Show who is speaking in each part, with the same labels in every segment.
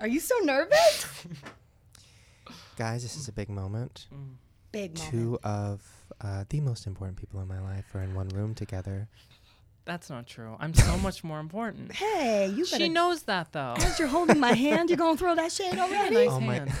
Speaker 1: Are you so nervous?
Speaker 2: Guys, this is a big moment.
Speaker 1: Big moment.
Speaker 2: Two of uh, the most important people in my life are in one room together.
Speaker 3: That's not true. I'm so much more important.
Speaker 1: Hey, you better.
Speaker 3: She knows that though.
Speaker 1: As you're holding my hand, you're gonna throw that shade already.
Speaker 3: Nice
Speaker 2: Oh my-
Speaker 3: hand.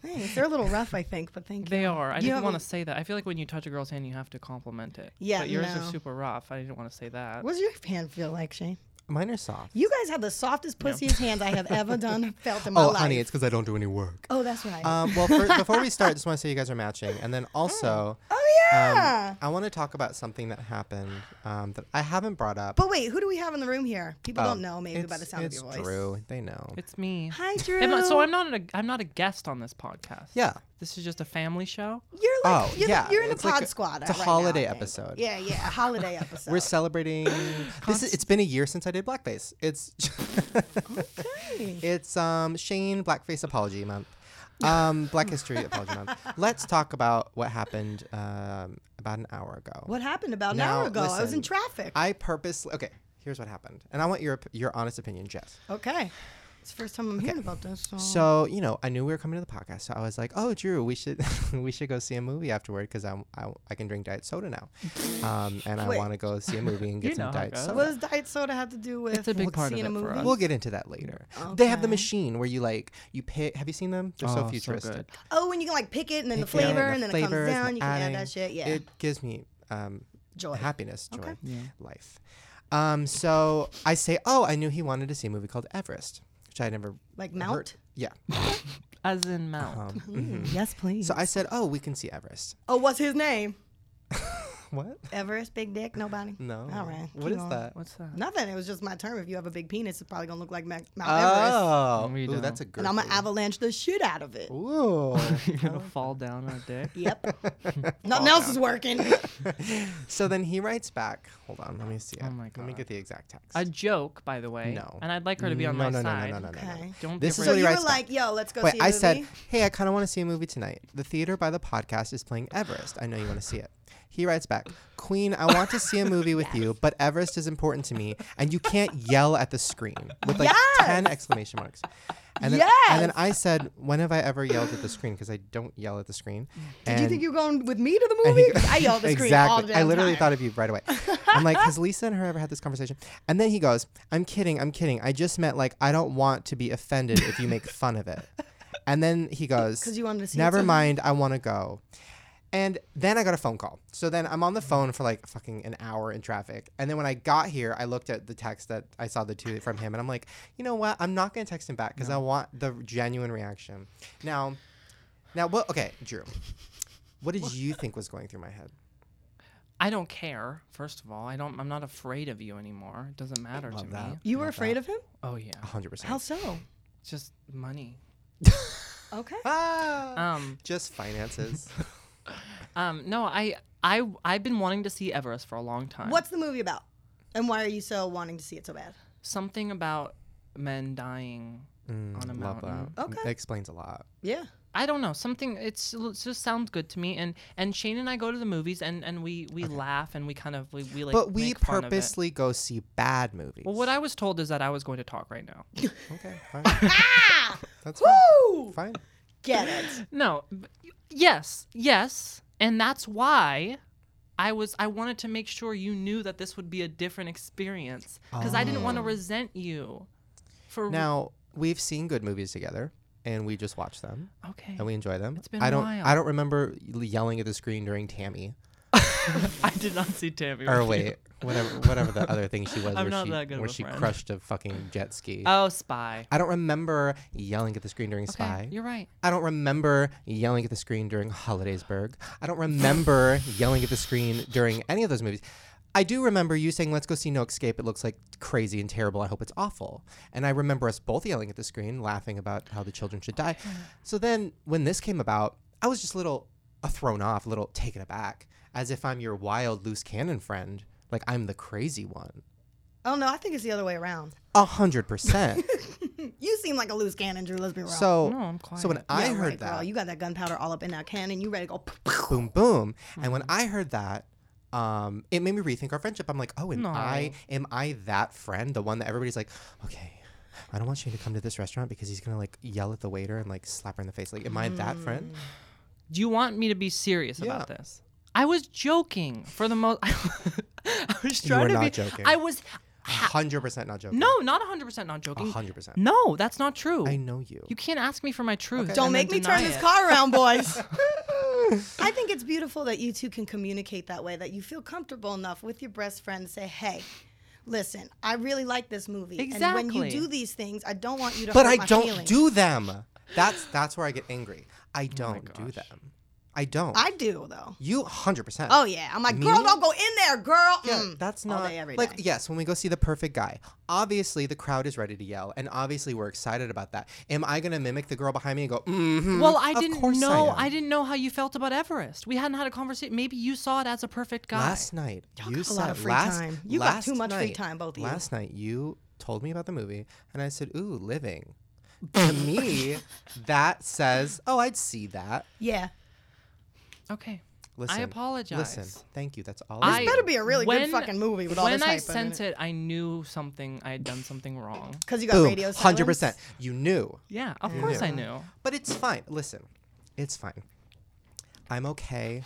Speaker 1: Thanks. They're a little rough, I think, but thank you.
Speaker 3: They are. I
Speaker 1: You have
Speaker 3: didn't
Speaker 1: a-
Speaker 3: want to say that. I feel like when you touch a girl's hand, you have to compliment it.
Speaker 1: Yeah,
Speaker 3: But yours
Speaker 1: no.
Speaker 3: are super rough. I didn't want to say that.
Speaker 1: What does your hand feel like, Shane?
Speaker 2: Mine are soft.
Speaker 1: You guys have the softest pussiest hands I have ever done felt in my
Speaker 2: oh,
Speaker 1: life.
Speaker 2: honey, it's because I don't do any work.
Speaker 1: oh, that's right.
Speaker 2: Um, well, fir- before we start, just want to say you guys are matching, and then also,
Speaker 1: oh
Speaker 2: um,
Speaker 1: yeah.
Speaker 2: I want to talk about something that happened um, that I haven't brought up.
Speaker 1: but wait, who do we have in the room here? People
Speaker 2: Oh,
Speaker 1: don't know maybe by
Speaker 2: it's-
Speaker 1: the sound of your voice.
Speaker 2: It's Drew. They know.
Speaker 3: It's me.
Speaker 1: Hi, Drew.
Speaker 3: Am I- so I'm not a, I'm not a guest on this podcast.
Speaker 2: yeah.
Speaker 3: This is just a family show.
Speaker 1: You're like,
Speaker 2: Oh,
Speaker 1: you're,
Speaker 2: yeah,
Speaker 1: you're in a
Speaker 2: it's like
Speaker 1: pod
Speaker 2: a-
Speaker 1: squad.
Speaker 2: it's a
Speaker 1: right now, I
Speaker 2: holiday
Speaker 1: think.
Speaker 2: episode.
Speaker 1: Yeah, yeah, a holiday episode.
Speaker 2: We're celebrating. this is, it's been a year since I did blackface. It's it's um Shane blackface apology month, um Black History apology month. Let's talk about what happened um about an hour ago.
Speaker 1: what happened about an
Speaker 2: Now,
Speaker 1: hour ago? I was in
Speaker 2: listen,
Speaker 1: traffic.
Speaker 2: I purposely okay. Here's what happened, and I want your op- your honest opinion, Jess.
Speaker 1: okay. It's the first time I'm hearing about this.
Speaker 3: Oh.
Speaker 1: So.
Speaker 2: So you know, I knew we were coming to the podcast, so I was like, "Oh, Drew, we should we should go see a movie afterward because I, I can drink diet soda now, um, and I
Speaker 1: Wait.
Speaker 2: want to go see a movie and get
Speaker 3: You
Speaker 2: some
Speaker 3: know how it
Speaker 2: diet
Speaker 3: goes.
Speaker 2: soda."
Speaker 1: what does diet soda have to do with
Speaker 3: It's a big
Speaker 1: seeing
Speaker 3: part of
Speaker 1: a
Speaker 3: it for
Speaker 1: movie?
Speaker 3: us.
Speaker 2: We'll get into that later. They have the machine where you like you pick. Have you seen them? They're so
Speaker 3: Oh,
Speaker 2: futuristic.
Speaker 3: good.
Speaker 1: Oh, and you can like pick it, and then the
Speaker 2: Pick it,
Speaker 1: flavor, and,
Speaker 2: the
Speaker 1: then it comes
Speaker 2: flavors, the
Speaker 1: down. You can add
Speaker 2: adding.
Speaker 1: that shit. Yeah,
Speaker 2: It gives me um,
Speaker 1: joy.
Speaker 2: happiness, joy,
Speaker 1: Okay.
Speaker 2: life. Um, so I say, oh, I knew he wanted to see a movie called Everest, which I never
Speaker 1: Like
Speaker 2: heard-
Speaker 1: Mount?
Speaker 2: Yeah. um, mm-hmm.
Speaker 3: As in Mount.
Speaker 2: Uh-huh. Hmm.
Speaker 1: Yes, please.
Speaker 2: So I said, oh, we can see Everest.
Speaker 1: oh, what's his name?
Speaker 2: What?
Speaker 1: Everest Big Dick? Nobody.
Speaker 2: No.
Speaker 1: All right.
Speaker 2: What
Speaker 1: keep
Speaker 2: is
Speaker 1: going.
Speaker 2: that?
Speaker 3: What's that?
Speaker 1: Nothing. It was just my term. If you have a big penis, it's probably gonna look like Mac- Mount Everest,
Speaker 2: Oh,
Speaker 3: We
Speaker 2: ooh, that's a
Speaker 1: and
Speaker 2: good.
Speaker 1: I'm gonna avalanche the shit out of it.
Speaker 2: Ooh.
Speaker 3: You're gonna fall down on a dick.
Speaker 1: Yep. Nothing else is working.
Speaker 2: so then he writes back. Hold on, let me see. it.
Speaker 3: Oh my
Speaker 2: Let me
Speaker 3: God.
Speaker 2: get the exact text.
Speaker 3: A joke, by the way.
Speaker 2: No.
Speaker 3: And I'd like her to be on
Speaker 2: no,
Speaker 3: my
Speaker 2: no, no,
Speaker 3: side.
Speaker 2: No, no, no, no, no.
Speaker 1: Okay.
Speaker 3: Don't
Speaker 2: This
Speaker 3: give
Speaker 2: is
Speaker 3: her
Speaker 1: So
Speaker 2: what he
Speaker 1: you were
Speaker 2: writes back.
Speaker 1: like, "Yo, let's go
Speaker 2: Wait,
Speaker 1: see a
Speaker 2: I
Speaker 1: movie."
Speaker 2: said, hey, I kind of want to see a movie tonight. The theater by the podcast is playing Everest. I know you want to see it. He writes back, Queen, I want to see a movie with you, but Everest is important to me, and you can't yell at the screen with like 10 exclamation marks. And then, and then
Speaker 1: Yes!
Speaker 2: I said, when have I ever yelled at the screen? Because I don't yell at the screen.
Speaker 1: "Did you think you were going with me to the
Speaker 2: And
Speaker 1: movie?"
Speaker 2: he-
Speaker 1: 'Cause I yelled at the screen all
Speaker 2: exactly.
Speaker 1: the
Speaker 2: I
Speaker 1: damn
Speaker 2: literally
Speaker 1: time.
Speaker 2: thought of you right away. I'm like, has Lisa and her ever had this conversation? And then he goes, I'm kidding, I'm kidding. I just meant like I don't want to be offended if you make fun of it. And then he goes,
Speaker 1: 'Cause you wanted to see it
Speaker 2: Never
Speaker 1: too.
Speaker 2: mind, I want to go. And then I got a phone call. So then I'm on the phone for like fucking an hour in traffic. And then when I got here, I looked at the text that I saw the two from him, and I'm like, you know what? I'm not gonna text him back because I want the genuine reaction. Now, now what? Okay, Drew, what did you think was going through my head?
Speaker 3: I don't care. First of all, I don't. I'm not afraid of you anymore. It doesn't matter to
Speaker 2: that.
Speaker 3: me.
Speaker 1: You were afraid of him?
Speaker 3: Oh yeah,
Speaker 2: hundred
Speaker 1: How
Speaker 2: percent.
Speaker 1: so?
Speaker 3: It's just money.
Speaker 1: Okay.
Speaker 2: Ah,
Speaker 3: Um,
Speaker 2: just finances.
Speaker 3: um, no, I, I, I've been wanting to see Everest for a long time.
Speaker 1: What's the movie about? And why are you so wanting to see it so bad?
Speaker 3: something about men dying on a
Speaker 2: Mm, Love
Speaker 3: mountain?
Speaker 2: that. Mm,
Speaker 1: Okay.
Speaker 2: explains a lot.
Speaker 1: Yeah.
Speaker 3: I don't know. Something it's it just sounds good to me. And and Shane and I go to the movies and and we we laugh and we kind of we, we like.
Speaker 2: but we
Speaker 3: make fun of it.
Speaker 2: purposely go see bad movies.
Speaker 3: Well, what I was told is that I was going to talk right now.
Speaker 2: okay, fine. That's
Speaker 1: Woo!
Speaker 2: fine.
Speaker 1: Get it.
Speaker 3: No. b- Yes. Yes. And that's why I was I wanted to make sure you knew that this would be a different experience cuz I didn't want to resent you for
Speaker 2: Oh. Now we've seen good movies together, and we just watch them
Speaker 3: Okay.
Speaker 2: and we enjoy them.
Speaker 3: It's been
Speaker 2: I
Speaker 3: a
Speaker 2: don't.
Speaker 3: while.
Speaker 2: I don't remember yelling at the screen during Tammy.
Speaker 3: I did not see Tammy.
Speaker 2: Or
Speaker 3: with
Speaker 2: wait,
Speaker 3: you.
Speaker 2: whatever, whatever the other thing she was,
Speaker 3: Oh, I'm
Speaker 2: where
Speaker 3: not
Speaker 2: she,
Speaker 3: that good of
Speaker 2: where
Speaker 3: a
Speaker 2: she
Speaker 3: friend.
Speaker 2: crushed a fucking jet ski.
Speaker 3: Oh, spy.
Speaker 2: I don't remember yelling at the screen during
Speaker 3: Okay,
Speaker 2: Spy.
Speaker 3: You're right.
Speaker 2: I don't remember yelling at the screen during Holidaysburg. I don't remember yelling at the screen during any of those movies. I do remember you saying, "Let's go see No Escape. It looks like crazy and terrible. I hope it's awful." And I remember us both yelling at the screen, laughing about how the children should die. So then, when this came about, I was just a little uh, thrown off, a little taken aback, as if I'm your wild, loose cannon friend, like I'm the crazy one.
Speaker 1: Oh no, I think it's the other way around. Hmm,
Speaker 2: A hundred percent.
Speaker 1: You seem like a loose cannon, Drew. Let's be real.
Speaker 2: So,
Speaker 3: No, I'm
Speaker 2: so when
Speaker 3: quiet.
Speaker 2: I
Speaker 1: Yeah,
Speaker 2: heard
Speaker 1: right,
Speaker 2: that,
Speaker 1: girl. You got that gunpowder all up in that cannon. You ready to go? poof, poof.
Speaker 2: boom boom and when i heard that um it made me rethink our friendship i'm like oh am i am i that friend the one that everybody's like okay I don't want Shane to come to this restaurant because he's gonna like yell at the waiter and like slap her in the face. Like, am I that friend?
Speaker 3: Do you want me to be serious about
Speaker 2: Yeah.
Speaker 3: this? I was joking for the most. I was
Speaker 2: You
Speaker 3: trying
Speaker 2: were
Speaker 3: to
Speaker 2: not
Speaker 3: be.
Speaker 2: joking.
Speaker 3: I was.
Speaker 2: Hundred percent not joking.
Speaker 3: No, not 100% not joking.
Speaker 2: hundred percent.
Speaker 3: No, that's not true.
Speaker 2: I know you.
Speaker 3: You can't ask me for my truth.
Speaker 2: Okay.
Speaker 3: and
Speaker 2: Don't
Speaker 1: Don't
Speaker 3: then
Speaker 1: make me turn
Speaker 3: deny
Speaker 1: this
Speaker 3: it.
Speaker 1: car around, boys. I think it's beautiful that you two can communicate that way, that you feel comfortable enough with your best friend to say, hey, listen, I really like this movie. And when
Speaker 3: Exactly.
Speaker 1: you do these things, I don't want you to
Speaker 2: but
Speaker 1: hurt
Speaker 2: I
Speaker 1: my
Speaker 2: don't
Speaker 1: feelings."
Speaker 2: do them. That's that's where I get angry. I don't do
Speaker 3: gosh.
Speaker 2: them. I don't.
Speaker 1: I do, though.
Speaker 2: you hundred percent.
Speaker 1: Oh, yeah. I'm like,
Speaker 2: Me?
Speaker 1: girl, don't go in there, girl.
Speaker 2: Yeah,
Speaker 1: Mm.
Speaker 2: that's
Speaker 1: All
Speaker 2: not
Speaker 1: day, every
Speaker 2: like
Speaker 1: day.
Speaker 2: yes. When we go see the perfect guy, obviously the crowd is ready to yell, and obviously we're excited about that. Am I gonna mimic the girl behind me and go? Mm-hmm,
Speaker 3: Well, I
Speaker 2: of
Speaker 3: didn't
Speaker 2: course
Speaker 3: know.
Speaker 2: I,
Speaker 3: I,
Speaker 2: am."
Speaker 3: didn't know how you felt about Everest. We hadn't had a conversation. Maybe you saw it as a perfect guy.
Speaker 2: Last night, you
Speaker 1: got a
Speaker 2: said
Speaker 1: lot of free
Speaker 2: last,
Speaker 1: time. You got
Speaker 2: last
Speaker 1: too much free
Speaker 2: night-
Speaker 1: time, both of you.
Speaker 2: Last night, you told me about the movie, and I said, "Ooh, living." to me, that says, "Oh, I'd see that."
Speaker 1: Yeah.
Speaker 3: okay.
Speaker 2: Listen,
Speaker 3: apologize.
Speaker 2: Listen, thank you. That's all.
Speaker 3: I-
Speaker 2: I,
Speaker 3: This
Speaker 1: Better be a really
Speaker 3: When-
Speaker 1: good fucking movie with all
Speaker 3: when
Speaker 1: this
Speaker 3: I
Speaker 1: hype
Speaker 3: sent it, I knew something. I had done something wrong.
Speaker 1: Because you got radio
Speaker 2: boom,
Speaker 1: silence.
Speaker 2: hundred percent. You knew.
Speaker 3: Yeah, of course I knew.
Speaker 2: But it's fine. Listen, it's fine. I'm okay.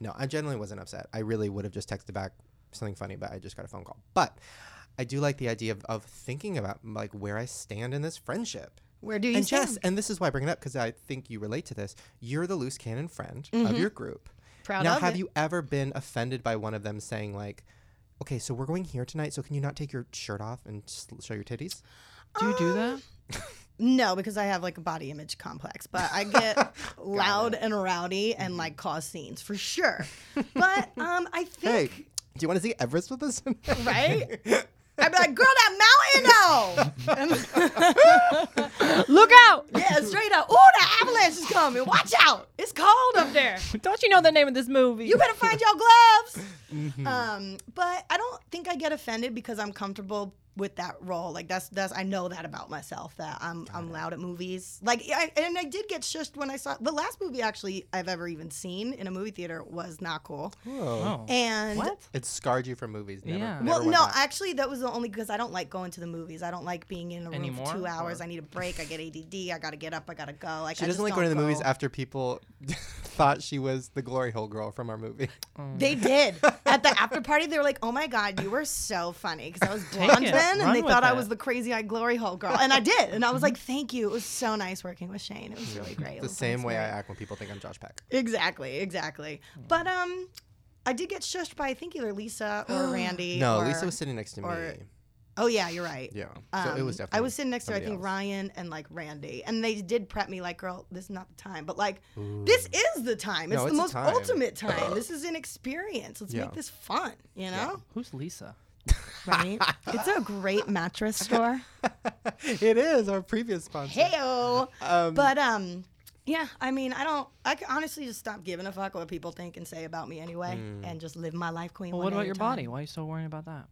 Speaker 2: No, I generally wasn't upset. I really would have just texted back something funny, but I just got a phone call. But I do like the idea of, of thinking about like where I stand in this friendship.
Speaker 1: Where do you
Speaker 2: and
Speaker 1: stand?
Speaker 2: Jess, and this is why I bring it up because I think you relate to this. You're the loose cannon friend of your group.
Speaker 1: Mm-hmm. Proud
Speaker 2: now,
Speaker 1: of
Speaker 2: have
Speaker 1: it.
Speaker 2: you ever been offended by one of them saying like, "Okay, so we're going here tonight, so can you not take your shirt off and s- show your titties?"
Speaker 3: Do you do that?
Speaker 1: No, because I have like a body image complex, but I get loud and rowdy and like cause scenes for sure. But um, I
Speaker 2: Hey,
Speaker 1: think
Speaker 2: do you want to see Everest with us?
Speaker 1: right. I'd be like, girl, that mountain though. Look out! Yeah, straight up. Ooh, the avalanche is coming. Watch out! It's cold up there.
Speaker 3: Don't you know the name of this movie?
Speaker 1: You better find your gloves.
Speaker 2: Mm-hmm.
Speaker 1: Um, but I don't think I get offended because I'm comfortable with that role. Like that's that's I know that about myself that I'm I'm loud at movies. Like yeah, I, and I did get shushed when I saw the last movie actually I've ever even seen in a movie theater was not cool.
Speaker 3: Oh.
Speaker 1: And
Speaker 3: What?
Speaker 2: It scarred you from movies. Never,
Speaker 3: Yeah.
Speaker 2: never
Speaker 1: well,
Speaker 2: went
Speaker 1: no,
Speaker 2: back.
Speaker 1: actually, that was the only because I don't like going to the movies. I don't like being in a room
Speaker 3: Anymore,
Speaker 1: for two hours.
Speaker 3: or-
Speaker 1: I need a break. I get ADD. I gotta get up. I gotta go. Like
Speaker 2: she
Speaker 1: I just
Speaker 2: doesn't like
Speaker 1: don't
Speaker 2: going to the
Speaker 1: go.
Speaker 2: movies after people thought she was the glory hole girl from our movie.
Speaker 1: They did. At the after party, they were like, "Oh my god, you were so funny," because I was blonde
Speaker 3: it.
Speaker 1: then,
Speaker 3: Run
Speaker 1: and they
Speaker 3: with
Speaker 1: thought I
Speaker 3: it.
Speaker 1: was the crazy eyed glory hole girl, and I did, and I was like, "Thank you. It was so nice working with Shane. It was really great." It
Speaker 2: the
Speaker 1: was
Speaker 2: same
Speaker 1: nice
Speaker 2: way I
Speaker 1: work."
Speaker 2: act when people think I'm Josh Peck.
Speaker 1: Exactly, exactly. But um, I did get shushed by I think either Lisa or Randy.
Speaker 2: No,
Speaker 1: or,
Speaker 2: Lisa was sitting next to me.
Speaker 1: or- Oh yeah, you're right.
Speaker 2: Yeah, so it was
Speaker 1: Um,
Speaker 2: definitely.
Speaker 1: I was sitting next to I
Speaker 2: somebody
Speaker 1: think
Speaker 2: else.
Speaker 1: Ryan and like Randy, and they did prep me like, "Girl, this is not the time," but like, this is the time. It's
Speaker 2: No,
Speaker 1: the
Speaker 2: it's a
Speaker 1: most
Speaker 2: time.
Speaker 1: ultimate time. this is an experience. Let's
Speaker 2: Yeah.
Speaker 1: make this fun. You know,
Speaker 3: Who's Lisa?
Speaker 1: right? it's a great mattress store.
Speaker 2: it is our previous sponsor.
Speaker 1: Heyo. but um, yeah. I mean, I don't. I can honestly just stop giving a fuck what people think and say about me anyway, and just live my life, queen.
Speaker 3: Well,
Speaker 1: one
Speaker 3: what
Speaker 1: day
Speaker 3: about
Speaker 1: at a
Speaker 3: your
Speaker 1: time.
Speaker 3: body? Why are you so worried about that?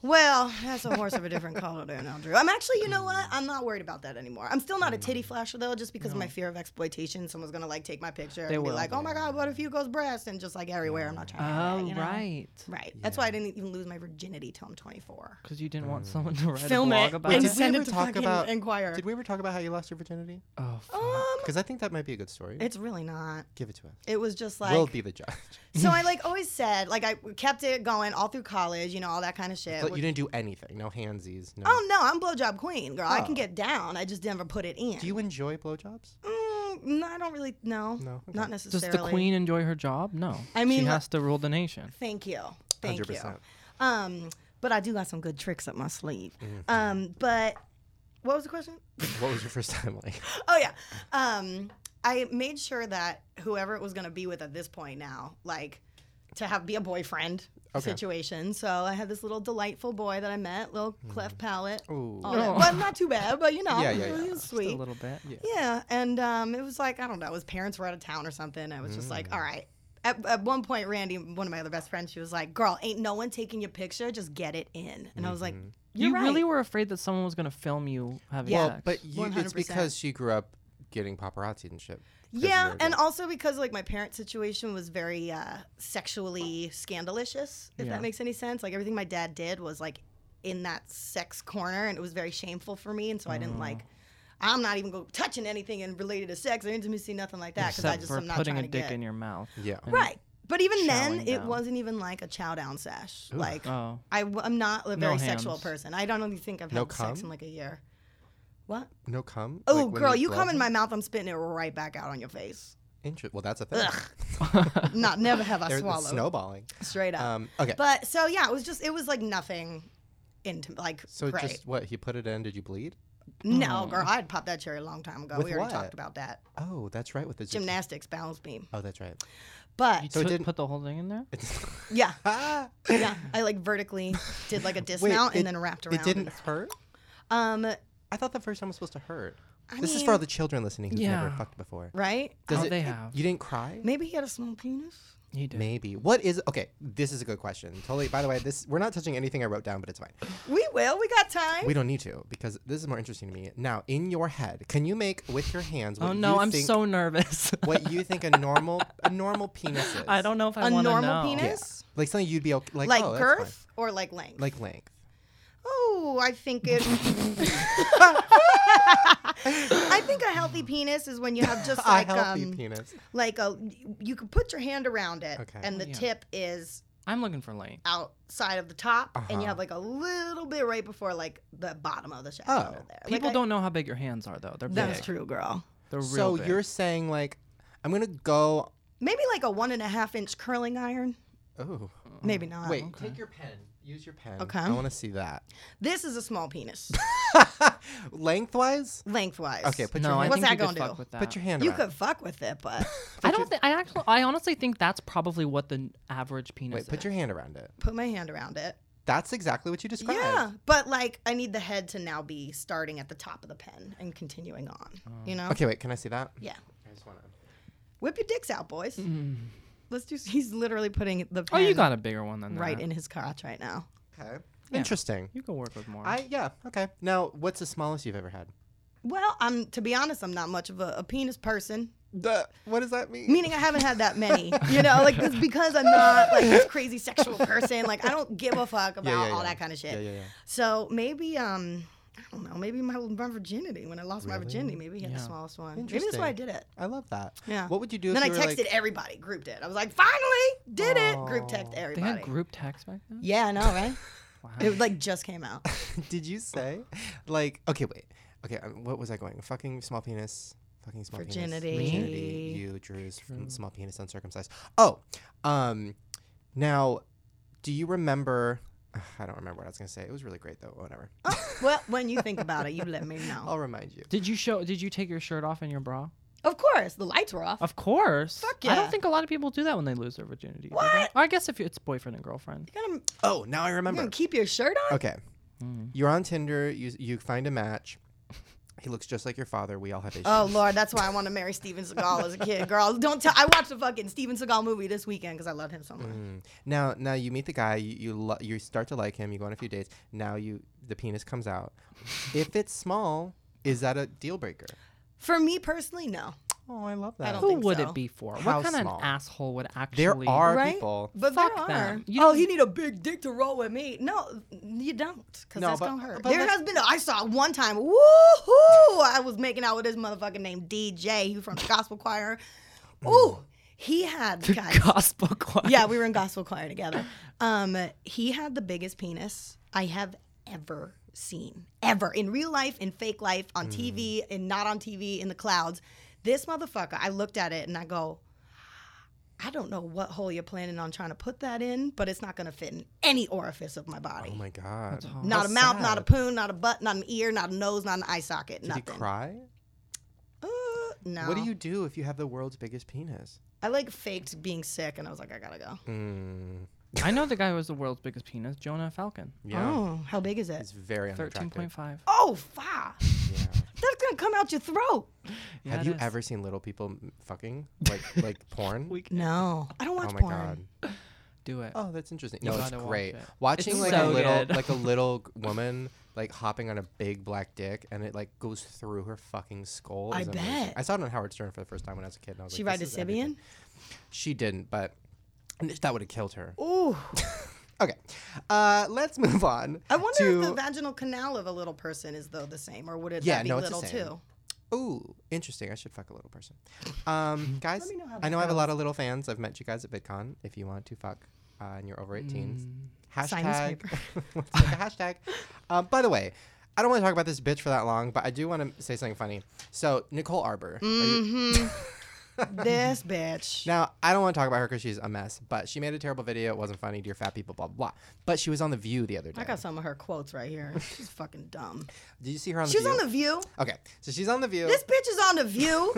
Speaker 1: Well, that's a horse of a different color there now, Drew. I'm actually, you know what? I'm not worried about that anymore. I'm still not a titty flasher though, just because of my fear of exploitation. Someone's gonna like take my picture and be
Speaker 3: will,
Speaker 1: like, "Oh my God, what if you goes breast?" And just like everywhere, I'm not trying. to have that, you know?
Speaker 3: Oh, right.
Speaker 1: Right. That's why I didn't even lose my virginity till I'm 24.
Speaker 3: Because you didn't want
Speaker 1: Mm.
Speaker 3: someone to write
Speaker 1: Film
Speaker 3: a blog
Speaker 1: it
Speaker 3: about
Speaker 1: and
Speaker 3: it.
Speaker 1: send it to
Speaker 2: talk
Speaker 1: fucking
Speaker 2: about-
Speaker 1: Enquirer.
Speaker 2: Did we ever talk about how you lost your virginity?
Speaker 3: Oh, f-
Speaker 1: Um,
Speaker 2: Because I think that might be a good story.
Speaker 1: it's really not.
Speaker 2: Give it to us.
Speaker 1: It was just like
Speaker 2: we'll be the judge.
Speaker 1: so. I like always said like I kept it going all through college, you know, all that kind of shit.
Speaker 2: But you didn't do anything. No handsies. No.
Speaker 1: oh no, I'm blowjob queen, girl. I
Speaker 2: Oh.
Speaker 1: can get down. I just never put it in.
Speaker 2: do you enjoy blowjobs?
Speaker 1: Mm, no, I don't really. No,
Speaker 2: No? Okay.
Speaker 1: not
Speaker 3: does
Speaker 1: necessarily.
Speaker 3: the queen enjoy her job? No.
Speaker 1: I mean,
Speaker 3: she
Speaker 1: le-
Speaker 3: has to rule the nation.
Speaker 1: Thank you. Thank you.
Speaker 2: 100%.
Speaker 1: Um, but I do got some good tricks up my sleeve.
Speaker 2: Mm-hmm.
Speaker 1: Um, but what was the question?
Speaker 2: What was your first time like?
Speaker 1: Oh yeah. Um, I made sure that whoever it was gonna be with at this point now, like, to have be a boyfriend
Speaker 2: Okay.
Speaker 1: situation. So I had this little delightful boy that I met, little cleft palate.
Speaker 2: Ooh.
Speaker 1: all that- But not too bad. But you know,
Speaker 2: Mm-hmm. Oh. Yeah, yeah, yeah.
Speaker 1: he was
Speaker 2: Just
Speaker 1: sweet.
Speaker 3: Just a little bit.
Speaker 1: Yeah, and um, it was like I don't know, his parents were out of town or something. I was just
Speaker 2: Mm.
Speaker 1: like, all right. At, at one point, Randy, one of my other best friends, she was like, "Girl, ain't no one taking your picture. Just get it in." And I was like,
Speaker 2: Mm-hmm.
Speaker 1: "You're
Speaker 3: You
Speaker 1: right."
Speaker 3: really were afraid that someone was going to film you having
Speaker 1: Yeah.
Speaker 3: sex.
Speaker 2: But you, it's
Speaker 1: 100%.
Speaker 2: because she grew up getting paparazzi and shit. 'cause you
Speaker 1: yeah,
Speaker 2: were
Speaker 1: and
Speaker 2: the-
Speaker 1: also because like my parents' situation was very uh, sexually scandalous, if
Speaker 3: Yeah.
Speaker 1: that makes any sense. Like everything my dad did was like in that sex corner, and it was very shameful for me, and so I
Speaker 3: Oh.
Speaker 1: didn't like. I'm not even go touching anything and related to sex or intimacy, nothing like that, because I
Speaker 3: Except
Speaker 1: just
Speaker 3: for
Speaker 1: am not
Speaker 3: putting
Speaker 1: trying
Speaker 3: a
Speaker 1: to
Speaker 3: dick
Speaker 1: get
Speaker 3: in your mouth.
Speaker 2: Yeah.
Speaker 3: and-
Speaker 1: right. But even then,
Speaker 3: Chowing
Speaker 1: it
Speaker 3: down.
Speaker 1: wasn't even like a chow down sesh. Like
Speaker 3: Oh.
Speaker 1: I, am not a very sexual
Speaker 3: hands.
Speaker 1: person. I don't even think I've had
Speaker 2: No
Speaker 1: sex
Speaker 2: cum?
Speaker 1: in like a year. What?
Speaker 2: No cum.
Speaker 1: Oh,
Speaker 2: Like, when
Speaker 1: girl, you
Speaker 2: blow-
Speaker 1: come in my mouth, I'm spitting it right back out on your face.
Speaker 2: Inter- well, that's a thing.
Speaker 1: Not never have I
Speaker 2: There's
Speaker 1: swallowed.
Speaker 2: snowballing.
Speaker 1: Straight up.
Speaker 2: Um, okay.
Speaker 1: But so yeah, it was just it was like nothing into like
Speaker 2: so
Speaker 1: great.
Speaker 2: just what he put it in? Did you bleed?
Speaker 1: no, girl, I had popped that cherry a long time ago.
Speaker 2: With
Speaker 1: we already
Speaker 2: what?
Speaker 1: talked about that.
Speaker 2: Oh, that's right. With the zucchini.
Speaker 1: Gymnastics balance beam.
Speaker 2: Oh, that's right.
Speaker 1: But
Speaker 2: So it
Speaker 3: Put-
Speaker 2: didn't-
Speaker 3: put the whole thing in there?
Speaker 1: yeah,
Speaker 2: Ah!
Speaker 1: yeah, I like vertically did like a dismount
Speaker 2: it-
Speaker 1: and then wrapped around.
Speaker 2: It didn't hurt.
Speaker 1: Um,
Speaker 2: I thought the first time was supposed to hurt.
Speaker 1: I
Speaker 2: this is for all
Speaker 1: mean-
Speaker 2: the children listening who've never
Speaker 3: Yeah.
Speaker 2: fucked before.
Speaker 1: right?
Speaker 2: Does
Speaker 3: Oh,
Speaker 2: it,
Speaker 3: they
Speaker 2: it-
Speaker 3: have.
Speaker 2: You didn't cry?
Speaker 1: Maybe he had a small penis.
Speaker 3: You did.
Speaker 2: Maybe. What is okay? This is a good question. Totally. By the way, this we're not touching anything I wrote down, but it's fine.
Speaker 1: We will. We got time.
Speaker 2: We don't need to because this is more interesting to me. Now, in your head, can you make with your hands? What
Speaker 3: Oh no,
Speaker 2: you
Speaker 3: I'm
Speaker 2: think,
Speaker 3: so nervous.
Speaker 2: What you think a normal a normal penis is?
Speaker 3: I don't know if I
Speaker 1: a
Speaker 3: want to know.
Speaker 1: normal
Speaker 2: Yeah.
Speaker 1: penis,
Speaker 2: Like something you'd be okay. Like,
Speaker 1: like
Speaker 2: oh, that's fine.
Speaker 1: girth or like length.
Speaker 2: like length.
Speaker 1: Oh, I think it. I think a healthy penis is when you have just
Speaker 2: a
Speaker 1: like
Speaker 2: healthy
Speaker 1: um,
Speaker 2: penis.
Speaker 1: like a you can put your hand around it,
Speaker 2: Okay. Oh,
Speaker 1: and the
Speaker 3: Yeah.
Speaker 1: tip is
Speaker 3: I'm looking for length.
Speaker 1: outside of the top, and
Speaker 2: Uh-huh.
Speaker 1: you have like a little bit right before like the bottom of the shaft.
Speaker 2: Oh.
Speaker 1: over there. Like,
Speaker 3: People
Speaker 1: I-
Speaker 3: don't know how big your hands are though. They're
Speaker 1: That's
Speaker 3: big.
Speaker 1: true, girl.
Speaker 3: They're real
Speaker 2: So
Speaker 3: big.
Speaker 2: you're saying like, I'm gonna go.
Speaker 1: Maybe like a one and a half inch curling iron.
Speaker 2: Oh
Speaker 1: Maybe not.
Speaker 2: wait, take your pen. Use your pen.
Speaker 1: Okay.
Speaker 2: I want to see that.
Speaker 1: this is a small penis,
Speaker 2: Lengthwise.
Speaker 1: lengthwise.
Speaker 2: Okay, put
Speaker 3: no,
Speaker 2: your
Speaker 3: I
Speaker 2: hand.
Speaker 1: What's
Speaker 3: think
Speaker 1: that
Speaker 3: you could
Speaker 1: gonna
Speaker 3: fuck
Speaker 1: do?
Speaker 3: With that.
Speaker 2: Put your hand.
Speaker 1: you
Speaker 2: around.
Speaker 1: could fuck with it, but
Speaker 3: I don't think I actually. I honestly think that's probably what the n- average penis
Speaker 2: Wait, put
Speaker 3: is.
Speaker 2: your hand around it.
Speaker 1: put my hand around it.
Speaker 2: That's exactly what you described.
Speaker 1: Yeah, but like I need the head to now be starting at the top of the pen and continuing on. You know?
Speaker 2: Oh. Okay, wait. Can I see that?
Speaker 1: Yeah.
Speaker 2: I just want to.
Speaker 1: Whip your dicks out, boys.
Speaker 2: Mm.
Speaker 1: Let's do. He's literally putting the
Speaker 3: oh,
Speaker 1: pen
Speaker 3: you got a bigger one than
Speaker 1: right
Speaker 3: that.
Speaker 1: in his crotch right now.
Speaker 2: Okay.
Speaker 3: Yeah.
Speaker 2: Interesting.
Speaker 3: You can work with more.
Speaker 2: I yeah. Okay. Now, what's the smallest you've ever had?
Speaker 1: Well, I'm to be honest, I'm not much of a, a penis person.
Speaker 2: what does that mean?
Speaker 1: Meaning I haven't had that many, you know, like it's because I'm not like this crazy sexual person. Like I don't give a fuck about
Speaker 2: yeah,
Speaker 1: all
Speaker 2: yeah.
Speaker 1: that kind of shit.
Speaker 2: Yeah, yeah, yeah.
Speaker 1: So maybe um I don't know, maybe my, my virginity when I lost my virginity, maybe he had the
Speaker 3: Yeah.
Speaker 1: smallest one. Maybe that's why I did it.
Speaker 2: I love that.
Speaker 1: Yeah.
Speaker 2: What would you do?
Speaker 1: Then I
Speaker 2: if you were,
Speaker 1: texted
Speaker 2: like-
Speaker 1: everybody, grouped it. I was like, finally, did it. Group text
Speaker 3: they
Speaker 1: everybody.
Speaker 3: had group text back then.
Speaker 1: yeah, I know, right?
Speaker 3: Wow.
Speaker 1: it like just came out.
Speaker 2: Did you say, like, okay, wait, okay, um, what was I going? Fucking small penis, fucking small
Speaker 1: Virginity.
Speaker 2: penis, virginity. You, Drew's f- small penis, uncircumcised. Oh, um, now, do you remember? Ugh, I don't remember what I was gonna say. It was really great though. Whatever.
Speaker 1: Oh, well, when you think about it, you let me know.
Speaker 2: I'll remind you.
Speaker 3: Did you show? Did you take your shirt off and your bra?
Speaker 1: Of course, the lights were off.
Speaker 3: Of course.
Speaker 1: Fuck
Speaker 3: I
Speaker 1: yeah.
Speaker 3: don't think a lot of people do that when they lose their virginity. do they?
Speaker 1: What?
Speaker 3: I guess if it's boyfriend and girlfriend.
Speaker 1: You're gonna,
Speaker 2: Oh, now I
Speaker 1: you're
Speaker 2: remember.
Speaker 1: gonna keep your shirt on?
Speaker 2: Okay, you're on Tinder. You you find a match. He looks just like your father. We all have issues.
Speaker 1: Oh Lord, that's why I want to marry Steven Seagal as a kid, girl. Don't tell. I watched a fucking Steven Seagal movie this weekend because I love him so much.
Speaker 2: Mm. Now, now you meet the guy. You you, lo- you start to like him. You go on a few dates. Now you the penis comes out. if it's small, is that a deal breaker?
Speaker 1: For me personally, no.
Speaker 2: Oh, I love
Speaker 1: I don't
Speaker 3: Who
Speaker 1: think
Speaker 3: would
Speaker 1: so.
Speaker 3: it be for?
Speaker 2: How
Speaker 3: what kind
Speaker 2: small?
Speaker 3: of an asshole would actually?
Speaker 2: There are
Speaker 1: Right?
Speaker 2: people.
Speaker 1: But
Speaker 3: Fuck
Speaker 1: there are.
Speaker 3: them. You
Speaker 1: oh,
Speaker 3: don't-
Speaker 1: you need a big dick to roll with me. No, you don't, because
Speaker 2: No,
Speaker 1: that's
Speaker 2: but-
Speaker 1: gonna hurt.
Speaker 2: but
Speaker 1: There
Speaker 2: that's-
Speaker 1: has been. A, I saw one time. Woohoo! I was making out with this motherfucker named DJ. He from the gospel choir. Ooh, he had guys.
Speaker 3: gospel choir.
Speaker 1: yeah, we were in gospel choir together. Um, he had the biggest penis I have ever seen, ever in real life, in fake life, on
Speaker 2: Mm.
Speaker 1: TV, and not on TV, in the clouds. This motherfucker, I looked at it and I go, I don't know what hole you're planning on trying to put that in, but it's not going to fit in any orifice of my body.
Speaker 2: Oh my god.
Speaker 1: not a
Speaker 2: How
Speaker 1: mouth, not a
Speaker 2: sad.
Speaker 1: poon, not a butt, not an ear, not a nose, not an eye socket,
Speaker 2: Did
Speaker 1: nothing.
Speaker 2: you cry?
Speaker 1: Uh, no.
Speaker 2: What do you do if you have the world's biggest penis?
Speaker 1: I like faked being sick and I was like, I gotta go.
Speaker 2: Mm.
Speaker 3: I know the guy who was the world's biggest penis, Jonah Falcon.
Speaker 2: Yeah.
Speaker 1: Oh, how big is it?
Speaker 2: It's very
Speaker 3: Thirteen point
Speaker 2: unattractive.
Speaker 3: five.
Speaker 1: Oh, fa.
Speaker 2: Yeah.
Speaker 1: That's gonna come out your throat.
Speaker 2: Have you ever seen little people m- fucking like like porn?
Speaker 3: We can
Speaker 1: No, I don't watch
Speaker 2: oh my
Speaker 1: porn.
Speaker 2: god.
Speaker 3: do it.
Speaker 2: Oh, that's interesting.
Speaker 3: You
Speaker 2: No, it's
Speaker 3: gotta watch
Speaker 2: great.
Speaker 3: it.
Speaker 2: Watching
Speaker 3: It's
Speaker 2: like a
Speaker 3: so
Speaker 2: little
Speaker 3: good.
Speaker 2: like a little g- woman like hopping on a big black dick and it like goes through her fucking skull.
Speaker 1: I
Speaker 2: is amazing.
Speaker 1: bet.
Speaker 2: I saw it on Howard Stern for the first time when I was a kid. And I was
Speaker 1: She
Speaker 2: like,
Speaker 1: ride
Speaker 2: this
Speaker 1: a
Speaker 2: is everything.
Speaker 1: Sibian.
Speaker 2: She didn't, but and that would have killed her.
Speaker 1: Ooh,
Speaker 2: Okay, uh, let's move on.
Speaker 1: I wonder
Speaker 2: to...
Speaker 1: if the vaginal canal of a little person is though the same, or would it
Speaker 2: Yeah,
Speaker 1: that be
Speaker 2: no, it's the
Speaker 1: little
Speaker 2: same.
Speaker 1: too?
Speaker 2: Ooh, interesting. I should fuck a little person. Um, guys,
Speaker 1: me know how
Speaker 2: I
Speaker 1: that
Speaker 2: know I have a lot of little fans. I've met you guys at VidCon. If you want to fuck uh, and you're over 18,
Speaker 1: Mm. Sign this
Speaker 2: hashtag. let's make a hashtag. Um, by the way, I don't want to talk about this bitch for that long, but I do want to say something funny. So Nicole Arbor. are you-
Speaker 1: Mm-hmm. this bitch.
Speaker 2: now, I don't want to talk about her because she's a mess, but she made a terrible video. It wasn't funny, dear fat people, blah, blah, blah. But she was on The View the other day.
Speaker 1: I got some of her quotes right here. She's fucking dumb.
Speaker 2: Did you see her on The
Speaker 1: She's
Speaker 2: View?
Speaker 1: on the View.
Speaker 2: Okay, so she's on The View.
Speaker 1: This bitch is on the View.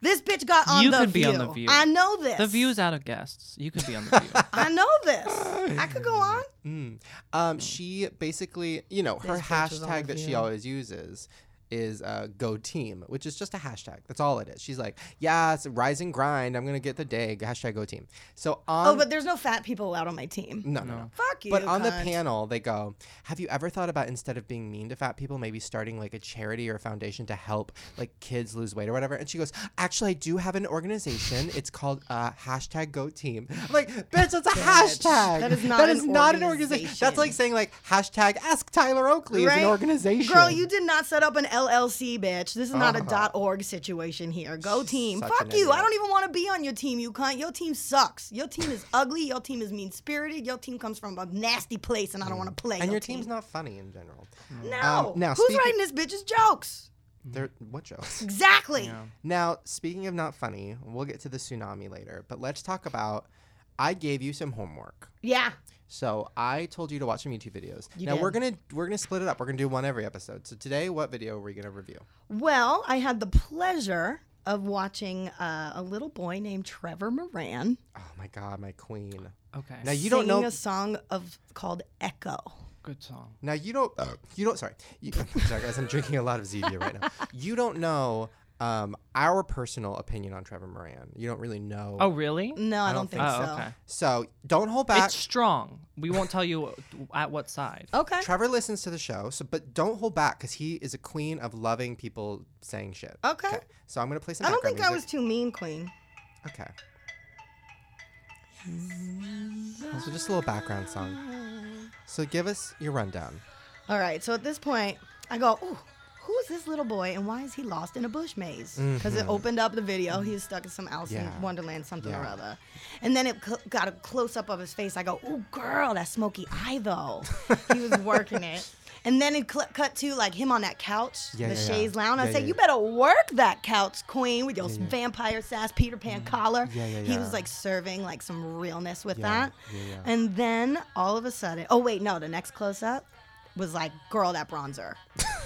Speaker 1: this bitch got on
Speaker 3: You
Speaker 1: the
Speaker 3: could
Speaker 1: View.
Speaker 3: be on The View.
Speaker 1: I know this.
Speaker 3: The view's out of guests. You could be on the view.
Speaker 1: I know this. I could go on.
Speaker 2: Mm.
Speaker 1: Oh.
Speaker 2: Um, she basically, you know, her
Speaker 1: This bitch was on
Speaker 2: hashtag
Speaker 1: the
Speaker 2: that she
Speaker 1: View.
Speaker 2: always uses is uh, go team, which is just a hashtag. That's all it is. She's like, yeah, it's rise and grind. I'm gonna get the day. Hashtag go team. So on,
Speaker 1: Oh, but there's no fat people allowed on my team.
Speaker 2: no, no, no.
Speaker 1: Fuck you.
Speaker 2: But on the
Speaker 1: cunt.
Speaker 2: panel, they go, Have you ever thought about instead of being mean to fat people, maybe starting like a charity or a foundation to help like kids lose weight or whatever? And she goes, Actually, I do have an organization. It's called uh, hashtag Go Team. I'm like, bitch, that's a hashtag.
Speaker 1: that is not
Speaker 2: That
Speaker 1: an
Speaker 2: is not an organization.
Speaker 1: organization.
Speaker 2: That's like saying like hashtag Ask Tyler Oakley is
Speaker 1: Right?
Speaker 2: an organization.
Speaker 1: Girl, you did not set up an LLC, bitch. This is not a
Speaker 2: Uh-huh.
Speaker 1: dot .org situation here. Go team.
Speaker 2: such an
Speaker 1: Fuck you. I
Speaker 2: idiot.
Speaker 1: don't even want to be on your team, you cunt. Your team sucks. Your team is ugly. Your team is mean spirited. Your team comes from a nasty place, and I don't want to play.
Speaker 2: Mm. and your
Speaker 1: team.
Speaker 2: team's not funny in general.
Speaker 1: Mm-hmm. No.
Speaker 2: Um, now,
Speaker 1: Who's
Speaker 2: speaking-
Speaker 1: writing this bitch's jokes?
Speaker 2: They're what jokes?
Speaker 1: Exactly.
Speaker 2: Now, speaking of not funny, we'll get to the tsunami later, but let's talk about I gave you some homework.
Speaker 1: Yeah.
Speaker 2: So I told you to watch some YouTube videos.
Speaker 1: You
Speaker 2: now we're
Speaker 1: did.
Speaker 2: gonna we're gonna split it up. We're gonna do one every episode. So today, what video are we gonna review?
Speaker 1: Well, I had the pleasure of watching uh, a little boy named Trevor Moran
Speaker 2: Oh my god, my queen.
Speaker 3: Okay.
Speaker 2: Now you
Speaker 1: singing
Speaker 2: don't know.
Speaker 1: a song of called Echo.
Speaker 3: Good song.
Speaker 2: now you don't. you don't. Sorry. You, sorry, guys. I'm drinking a lot of Zevia right now. You don't know um, our personal opinion on Trevor Moran. You don't really know.
Speaker 3: Oh, really?
Speaker 1: No, Mm, I, don't,
Speaker 2: don't
Speaker 1: think,
Speaker 2: think
Speaker 3: oh,
Speaker 1: so.
Speaker 3: okay.
Speaker 2: So don't hold back.
Speaker 3: It's strong. We won't tell you at what side.
Speaker 1: Okay.
Speaker 2: Oh, Trevor listens to the show, so but don't hold back because he is a queen of loving people saying shit.
Speaker 1: Okay.
Speaker 2: So I'm gonna play some.
Speaker 1: I don't
Speaker 2: background
Speaker 1: think I was
Speaker 2: music.
Speaker 1: too mean, Queen.
Speaker 2: Okay. So just a little background song. So give us your rundown.
Speaker 1: All right. So at this point, I go, ooh, who is this little boy and why is he lost in a bush maze? Because it opened up the video. He was stuck in some Alice
Speaker 2: Mm-hmm. Yeah.
Speaker 1: in Wonderland, something or
Speaker 2: Yeah.
Speaker 1: other. And then it cl- got a close up of his face. I go, ooh, girl, that smoky eye, though. he was working it. And then it cl- cut to like him on that couch,
Speaker 2: Yeah,
Speaker 1: the
Speaker 2: yeah, yeah.
Speaker 1: chaise lounge. I
Speaker 2: Yeah,
Speaker 1: said,
Speaker 2: yeah,
Speaker 1: "You
Speaker 2: yeah.
Speaker 1: better work that couch, queen, with your vampire sass, Peter Pan collar."
Speaker 2: Mm-hmm. Yeah, yeah,
Speaker 1: He
Speaker 2: yeah.
Speaker 1: was like serving like some realness with
Speaker 2: Yeah,
Speaker 1: that.
Speaker 2: yeah, yeah.
Speaker 1: And then all of a sudden, oh wait, no, the next close up was like, "Girl, that bronzer."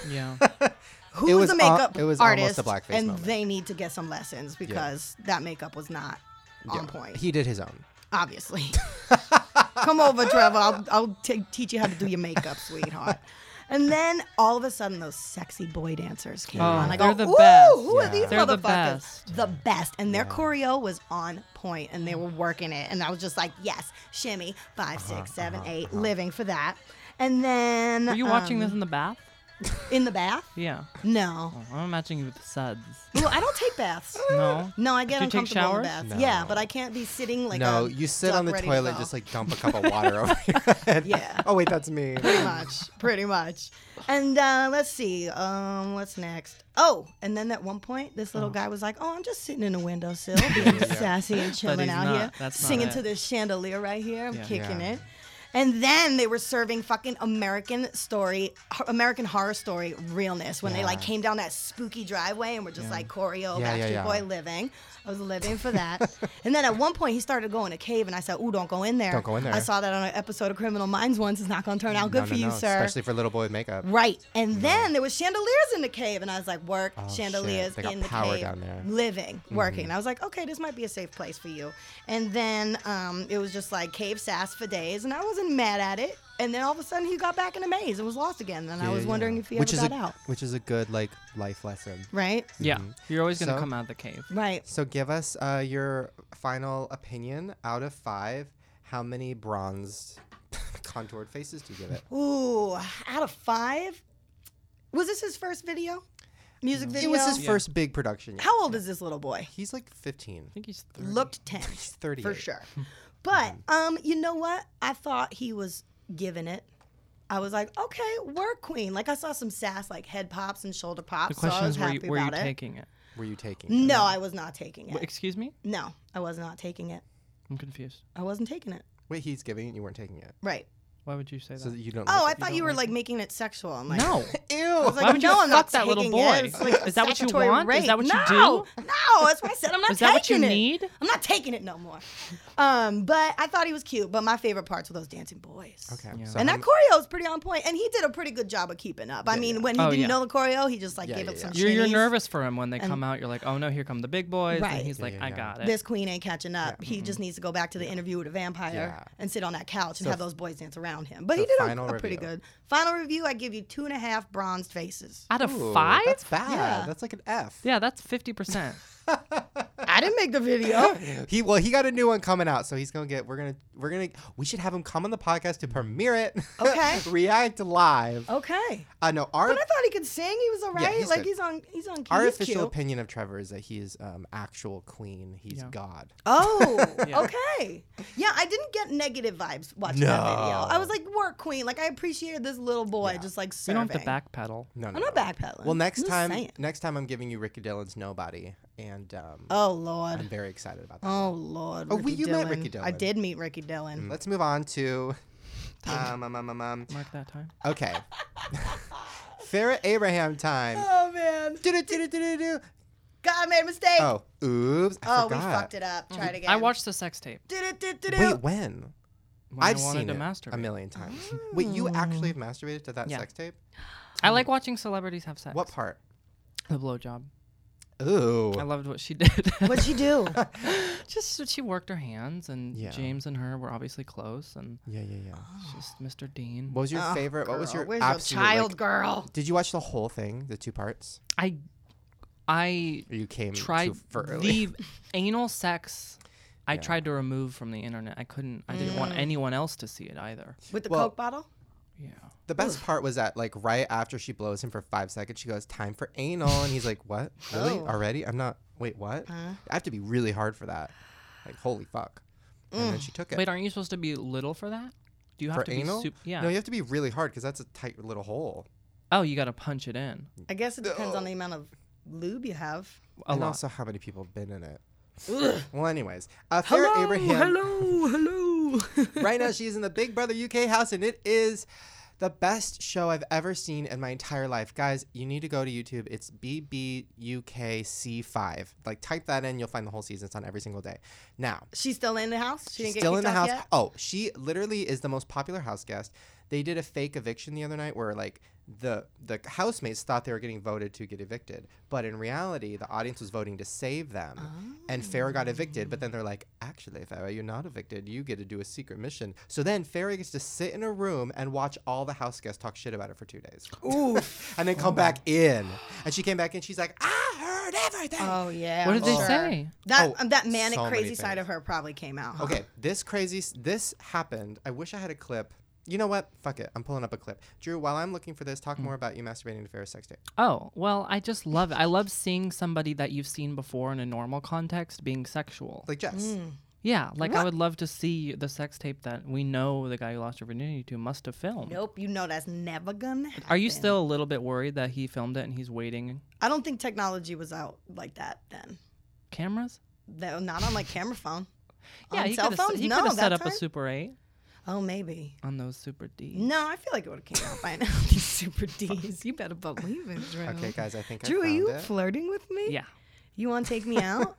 Speaker 3: Yeah.
Speaker 1: Who
Speaker 2: It
Speaker 1: was,
Speaker 2: was
Speaker 1: a
Speaker 2: al-
Speaker 1: makeup
Speaker 2: it was
Speaker 1: artist?
Speaker 2: almost a blackface
Speaker 1: and
Speaker 2: moment.
Speaker 1: they need to get some lessons because that makeup was not on point.
Speaker 2: He did his own.
Speaker 1: obviously. Come over, Trevor. I'll, I'll t- teach you how to do your makeup, sweetheart. And then all of a sudden, those sexy boy dancers came
Speaker 3: Oh,
Speaker 1: on. I
Speaker 3: they're
Speaker 1: go,
Speaker 3: the
Speaker 1: Ooh,
Speaker 3: best.
Speaker 1: who
Speaker 2: Yeah.
Speaker 1: are these
Speaker 3: They're the
Speaker 1: motherfuckers?
Speaker 3: best.
Speaker 1: The best. And their choreo was on point, and they were working it. And I was just like, yes, shimmy, five, six, seven, eight, living for that. And then
Speaker 3: Uh-huh, Were you watching
Speaker 1: um,
Speaker 3: this in the bath?
Speaker 1: in the bath?
Speaker 3: Yeah.
Speaker 1: No.
Speaker 3: Oh, I'm imagining you with suds.
Speaker 1: Well, I don't take baths.
Speaker 3: No.
Speaker 1: No, I get
Speaker 3: Do you take
Speaker 1: uncomfortable in
Speaker 3: showers?
Speaker 1: baths.
Speaker 2: No.
Speaker 1: Yeah, but I can't be sitting like
Speaker 2: no,
Speaker 1: a
Speaker 2: you sit
Speaker 1: duck
Speaker 2: on the
Speaker 1: ready to
Speaker 2: toilet,
Speaker 1: go.
Speaker 2: just like dump a cup of water over your head.
Speaker 1: Yeah.
Speaker 2: Oh wait, that's me.
Speaker 1: pretty much, pretty much. And uh, let's see, um, what's next? Oh, and then at one point, this little guy was like, "Oh, I'm just sitting in a windowsill, being sassy and chilling
Speaker 3: he's
Speaker 1: out
Speaker 3: not.
Speaker 1: here,
Speaker 3: That's not
Speaker 1: singing
Speaker 3: it.
Speaker 1: to this chandelier right here. I'm
Speaker 3: Yeah.
Speaker 1: kicking
Speaker 2: Yeah.
Speaker 1: it." And then they were serving fucking American story, ho- American horror story realness when they like
Speaker 2: Yeah.
Speaker 1: came down that spooky driveway and were just like choreo,
Speaker 2: Yeah,
Speaker 1: Backstreet
Speaker 2: yeah, yeah.
Speaker 1: Boy living. I was living for that. and then at one point he started going to cave and I said, "Ooh, don't go in there."
Speaker 2: Don't go in there.
Speaker 1: I saw that on an episode of Criminal Minds once. It's not gonna turn out Oh, good
Speaker 2: no,
Speaker 1: for
Speaker 2: no,
Speaker 1: you,
Speaker 2: no,
Speaker 1: sir.
Speaker 2: Especially Mm. for little boy with makeup.
Speaker 1: Right. And then there was chandeliers in the cave and I was like, work,
Speaker 2: Oh, shit.
Speaker 1: chandeliers
Speaker 2: They got
Speaker 1: in the
Speaker 2: power
Speaker 1: cave.
Speaker 2: down there. Mm-hmm.
Speaker 1: Living, working. I was like, okay, this might be a safe place for you. And then um, it was just like cave sass for days and I wasn't mad at it. And then all of a sudden he got back in the maze and was lost again. And I was wondering if he
Speaker 2: which
Speaker 1: ever
Speaker 2: is
Speaker 1: got
Speaker 2: a,
Speaker 1: out.
Speaker 2: Which is a good like life lesson.
Speaker 1: Right?
Speaker 3: Yeah. You're always going to
Speaker 2: So-
Speaker 3: come out of the cave.
Speaker 1: Right.
Speaker 2: So give us uh, your final opinion out of five. How many bronzed, contoured faces do you give it?
Speaker 1: Ooh, out of five? Was this his first video? Music video?
Speaker 2: Mm. It was his first big production. yeah.
Speaker 1: How old is this little boy?
Speaker 2: He's like 15.
Speaker 3: I think he's Mm-hmm. three.
Speaker 1: Looked 10.
Speaker 2: He's 38.
Speaker 1: for sure. But um, you know what? I thought he was giving it. I was like, okay, work queen. Like I saw some sass, like head pops and shoulder
Speaker 3: The
Speaker 1: pops.
Speaker 3: question
Speaker 1: so I was
Speaker 3: is, were you,
Speaker 1: happy
Speaker 3: were you
Speaker 1: about it.
Speaker 3: taking it?
Speaker 2: Were you taking? it?
Speaker 1: No, I was not taking
Speaker 3: W-
Speaker 1: it.
Speaker 3: Excuse me?
Speaker 1: No, I was not taking it.
Speaker 3: I'm confused.
Speaker 1: I wasn't taking it.
Speaker 2: Wait, he's giving it. You weren't taking it,
Speaker 1: Right.
Speaker 3: Why would you say that?
Speaker 2: so that you don't.
Speaker 1: Oh, I
Speaker 2: like
Speaker 1: thought
Speaker 3: don't
Speaker 1: you were
Speaker 3: like
Speaker 1: like making it sexual. I'm like,
Speaker 3: no.
Speaker 1: Ew. I was
Speaker 3: Why
Speaker 1: like,
Speaker 3: would you
Speaker 1: no, I'm not
Speaker 3: fuck that little
Speaker 1: taking it.
Speaker 3: boy?
Speaker 1: It's like
Speaker 3: Is that what you
Speaker 1: statutory
Speaker 3: want? Is
Speaker 1: rape.
Speaker 3: that what you
Speaker 1: No.
Speaker 3: do?
Speaker 1: No, that's why I said I'm not
Speaker 3: Is that what you
Speaker 1: taking it.
Speaker 3: need?
Speaker 1: I'm not taking it no more. Um, but I thought he was cute. But my favorite parts were those dancing boys.
Speaker 2: it. Okay,
Speaker 3: Yeah.
Speaker 2: so
Speaker 1: And
Speaker 2: how
Speaker 1: that
Speaker 2: m-
Speaker 1: choreo was pretty on point, and he did a pretty good job of keeping up. I mean, when he
Speaker 3: Oh,
Speaker 1: didn't
Speaker 3: yeah.
Speaker 1: know the choreo, he just like
Speaker 2: Yeah,
Speaker 1: gave
Speaker 2: yeah,
Speaker 1: up some.
Speaker 3: You're, you're
Speaker 1: shimmies.
Speaker 3: nervous for him when they
Speaker 1: And-
Speaker 3: come out. You're like, oh no, here come the big boys.
Speaker 1: Right.
Speaker 3: And he's
Speaker 2: Yeah,
Speaker 3: like,
Speaker 2: yeah,
Speaker 3: I
Speaker 2: yeah.
Speaker 3: got it.
Speaker 1: This queen ain't catching up. He just needs to go back to the interview with a vampire
Speaker 2: mm-hmm. Yeah.
Speaker 1: and sit on that couch and
Speaker 2: So
Speaker 1: have
Speaker 2: f-
Speaker 1: those boys dance around him. But he
Speaker 2: so
Speaker 1: did a,
Speaker 2: final
Speaker 1: a pretty
Speaker 2: review.
Speaker 1: good final review. I give you two and a half bronzed faces.
Speaker 3: Out of
Speaker 2: Ooh,
Speaker 3: five?
Speaker 2: That's bad.
Speaker 1: Yeah.
Speaker 2: That's like an F.
Speaker 3: yeah, that's 50%.
Speaker 1: I didn't make the video.
Speaker 2: He well, he got a new one coming out, so he's gonna get. We're gonna we're gonna we should have him come on the podcast to premiere it.
Speaker 1: Okay.
Speaker 2: React live.
Speaker 1: okay,
Speaker 2: Uh, no, our
Speaker 1: but I thought he could sing. He was alright.
Speaker 2: he's
Speaker 1: like
Speaker 2: good.
Speaker 1: he's on. He's on.
Speaker 2: our
Speaker 1: he's
Speaker 2: official
Speaker 1: cute.
Speaker 2: opinion of Trevor is that he is um, actual clean. He's
Speaker 3: Yeah.
Speaker 2: God.
Speaker 1: Oh,
Speaker 3: Yeah.
Speaker 1: okay. Yeah, I didn't get negative vibes watching that video. I was like, work queen. Like I appreciated this little boy just like
Speaker 3: you
Speaker 1: serving.
Speaker 3: don't have to backpedal.
Speaker 2: No, no.
Speaker 1: I'm not
Speaker 2: no.
Speaker 1: backpedaling.
Speaker 2: Well, next
Speaker 1: I'm just
Speaker 2: time,
Speaker 1: saying.
Speaker 2: next time I'm giving you Ricky Dillon's Nobody, and um,
Speaker 1: Oh
Speaker 2: I'm
Speaker 1: lord.
Speaker 2: very excited about that.
Speaker 1: Oh lord.
Speaker 2: Oh, we-
Speaker 1: Ricky
Speaker 2: you met
Speaker 1: Dillon.
Speaker 2: Ricky Mm.
Speaker 1: I
Speaker 2: Dillon.
Speaker 1: did meet Ricky Dillon.
Speaker 2: Let's move on to. Um, um, um, um, um.
Speaker 3: Mark that time.
Speaker 2: Okay. Farrah Abraham time.
Speaker 1: Oh man.
Speaker 2: Do-do-do-do-do-do.
Speaker 1: God I made a mistake.
Speaker 2: Oh, oops. I
Speaker 1: Oh, we
Speaker 2: forgot.
Speaker 1: fucked it up. Try it again.
Speaker 3: Mm-hmm. I watched the sex tape.
Speaker 1: Did it, did, did,
Speaker 2: Wait, when?
Speaker 3: When
Speaker 2: I've
Speaker 3: I wanted
Speaker 2: seen
Speaker 3: to
Speaker 2: it
Speaker 3: masturbate.
Speaker 2: a million times.
Speaker 1: Mm.
Speaker 2: Wait, you actually have masturbated to that
Speaker 3: Yeah.
Speaker 2: sex tape?
Speaker 3: I like watching celebrities have sex.
Speaker 2: What part?
Speaker 3: The blowjob.
Speaker 2: Ooh.
Speaker 3: I loved what she did.
Speaker 1: What'd you do?
Speaker 3: just that she worked her hands, and
Speaker 2: Yeah.
Speaker 3: James and her were obviously close, and
Speaker 2: Yeah, yeah, yeah.
Speaker 3: it's just Mr. Dean.
Speaker 2: What was your
Speaker 1: Oh,
Speaker 2: favorite? What was
Speaker 1: girl,
Speaker 2: your
Speaker 1: where's
Speaker 2: absolute?
Speaker 1: your child
Speaker 2: like-
Speaker 1: girl?
Speaker 2: did you watch the whole thing, the two parts,
Speaker 3: I, I
Speaker 2: or you came
Speaker 3: tried
Speaker 2: too far early?
Speaker 3: the anal sex. I tried to remove from the internet. I couldn't. I didn't want anyone else to see it either.
Speaker 1: With the
Speaker 2: Well-
Speaker 1: Coke bottle?
Speaker 3: Yeah.
Speaker 2: The best part was that, like, right after she blows him for five seconds, she goes, "Time for anal," and he's like, "What? Really?
Speaker 1: Oh.
Speaker 2: Already? I'm not. Wait, what? I have to be really hard for that. Like, holy fuck!" And then she took it
Speaker 3: Wait, aren't you supposed to be little for that? Do you have
Speaker 2: for
Speaker 3: to
Speaker 2: anal.
Speaker 3: be? Sup- yeah.
Speaker 2: No, you have to be really hard because that's a tight little hole.
Speaker 3: oh, you got to punch it in.
Speaker 1: I guess it depends
Speaker 2: oh.
Speaker 1: on the amount of lube you have.
Speaker 3: A
Speaker 2: and
Speaker 3: lot.
Speaker 2: also how many people have been in it. well, anyways, uh, Farrah Abraham.
Speaker 1: hello, hello.
Speaker 2: right now, she's in the Big Brother UK house, and it is the best show I've ever seen in my entire life. Guys, you need to go to YouTube. It's BBUKC5. Like, type that in, you'll find the whole season. It's on every single day. Now,
Speaker 1: She's still in the house. She didn't
Speaker 2: she's
Speaker 1: get
Speaker 2: still
Speaker 1: kicked
Speaker 2: in the
Speaker 1: off
Speaker 2: house.
Speaker 1: Yet?
Speaker 2: Oh, she literally is the most popular house guest. They did a fake eviction the other night where like the the housemates thought they were getting voted to get evicted, but in reality, the audience was voting to save them. And Farrah got evicted, but then they're like, actually, Farrah, you're not evicted. You get to do a secret mission. So then Farrah gets to sit in a room and watch all the house guests talk shit about it for two days. Ooh. and
Speaker 1: Oh
Speaker 2: then come back in. And she came back in. She's like, I heard everything.
Speaker 1: Oh yeah.
Speaker 3: What
Speaker 1: I'm
Speaker 3: did they
Speaker 1: sure.
Speaker 3: say?
Speaker 1: That
Speaker 2: Oh,
Speaker 1: um, that manic
Speaker 2: so many
Speaker 1: crazy side
Speaker 2: things.
Speaker 1: of her probably came out. huh?
Speaker 2: Okay, this crazy. s- This happened. I wish I had a clip. You know what? Fuck it. I'm pulling up a clip. Drew, while I'm looking for this, talk
Speaker 1: Hmm.
Speaker 2: more about you masturbating to Farrah sex tape.
Speaker 3: Oh, well, I just love it. I love seeing somebody that you've seen before in a normal context being sexual.
Speaker 2: Like Jess.
Speaker 1: Hmm. Mm.
Speaker 3: yeah, like I would love to see the sex tape that we know the guy who lost her virginity to must have filmed.
Speaker 1: Nope. You know that's never gonna. Happen.
Speaker 3: Are you still a little bit worried that he filmed it and he's waiting?
Speaker 1: I don't think technology was out like that then.
Speaker 3: Cameras? Uh,
Speaker 1: Though not on like camera phone. on
Speaker 3: he
Speaker 1: cell
Speaker 3: coulda s-
Speaker 1: phones.
Speaker 3: he
Speaker 1: no,
Speaker 3: coulda
Speaker 1: that
Speaker 3: set up
Speaker 1: time?
Speaker 3: a Super 8
Speaker 1: Oh maybe.
Speaker 3: on those Super D.
Speaker 1: No, I feel like it would have came out by now. These super D's. You better believe it, Drew.
Speaker 2: Okay, guys, I think I
Speaker 1: Drew, are
Speaker 2: found
Speaker 1: you
Speaker 2: it.
Speaker 1: flirting with me?
Speaker 3: Yeah.
Speaker 1: You want to take me out?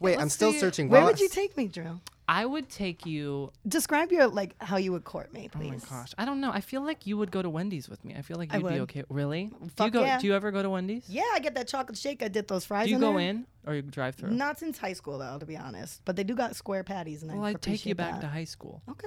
Speaker 2: Wait, I'm
Speaker 3: let's
Speaker 2: still
Speaker 3: see it.
Speaker 2: searching.
Speaker 1: Where
Speaker 2: While
Speaker 1: would
Speaker 2: I-
Speaker 1: you take me, Drew?
Speaker 3: I would take you.
Speaker 1: Describe your like how you would court me,
Speaker 3: Oh my
Speaker 1: please.
Speaker 3: gosh. I don't know. I feel like you would go to Wendy's with me. I feel like
Speaker 1: I
Speaker 3: you'd be
Speaker 1: would.
Speaker 3: okay. Really? do you
Speaker 1: Fuck
Speaker 3: go
Speaker 1: yeah.
Speaker 3: do you ever go to Wendy's?
Speaker 1: Yeah, I get that chocolate shake. I dip those fries.
Speaker 3: Do you
Speaker 1: in
Speaker 3: go
Speaker 1: there.
Speaker 3: in or you drive through?
Speaker 1: Not since high school, though, to be honest. But they do got square patties, and
Speaker 3: Well,
Speaker 1: I
Speaker 3: I'd take you
Speaker 1: appreciate
Speaker 3: back
Speaker 1: that.
Speaker 3: to high school.
Speaker 1: Okay.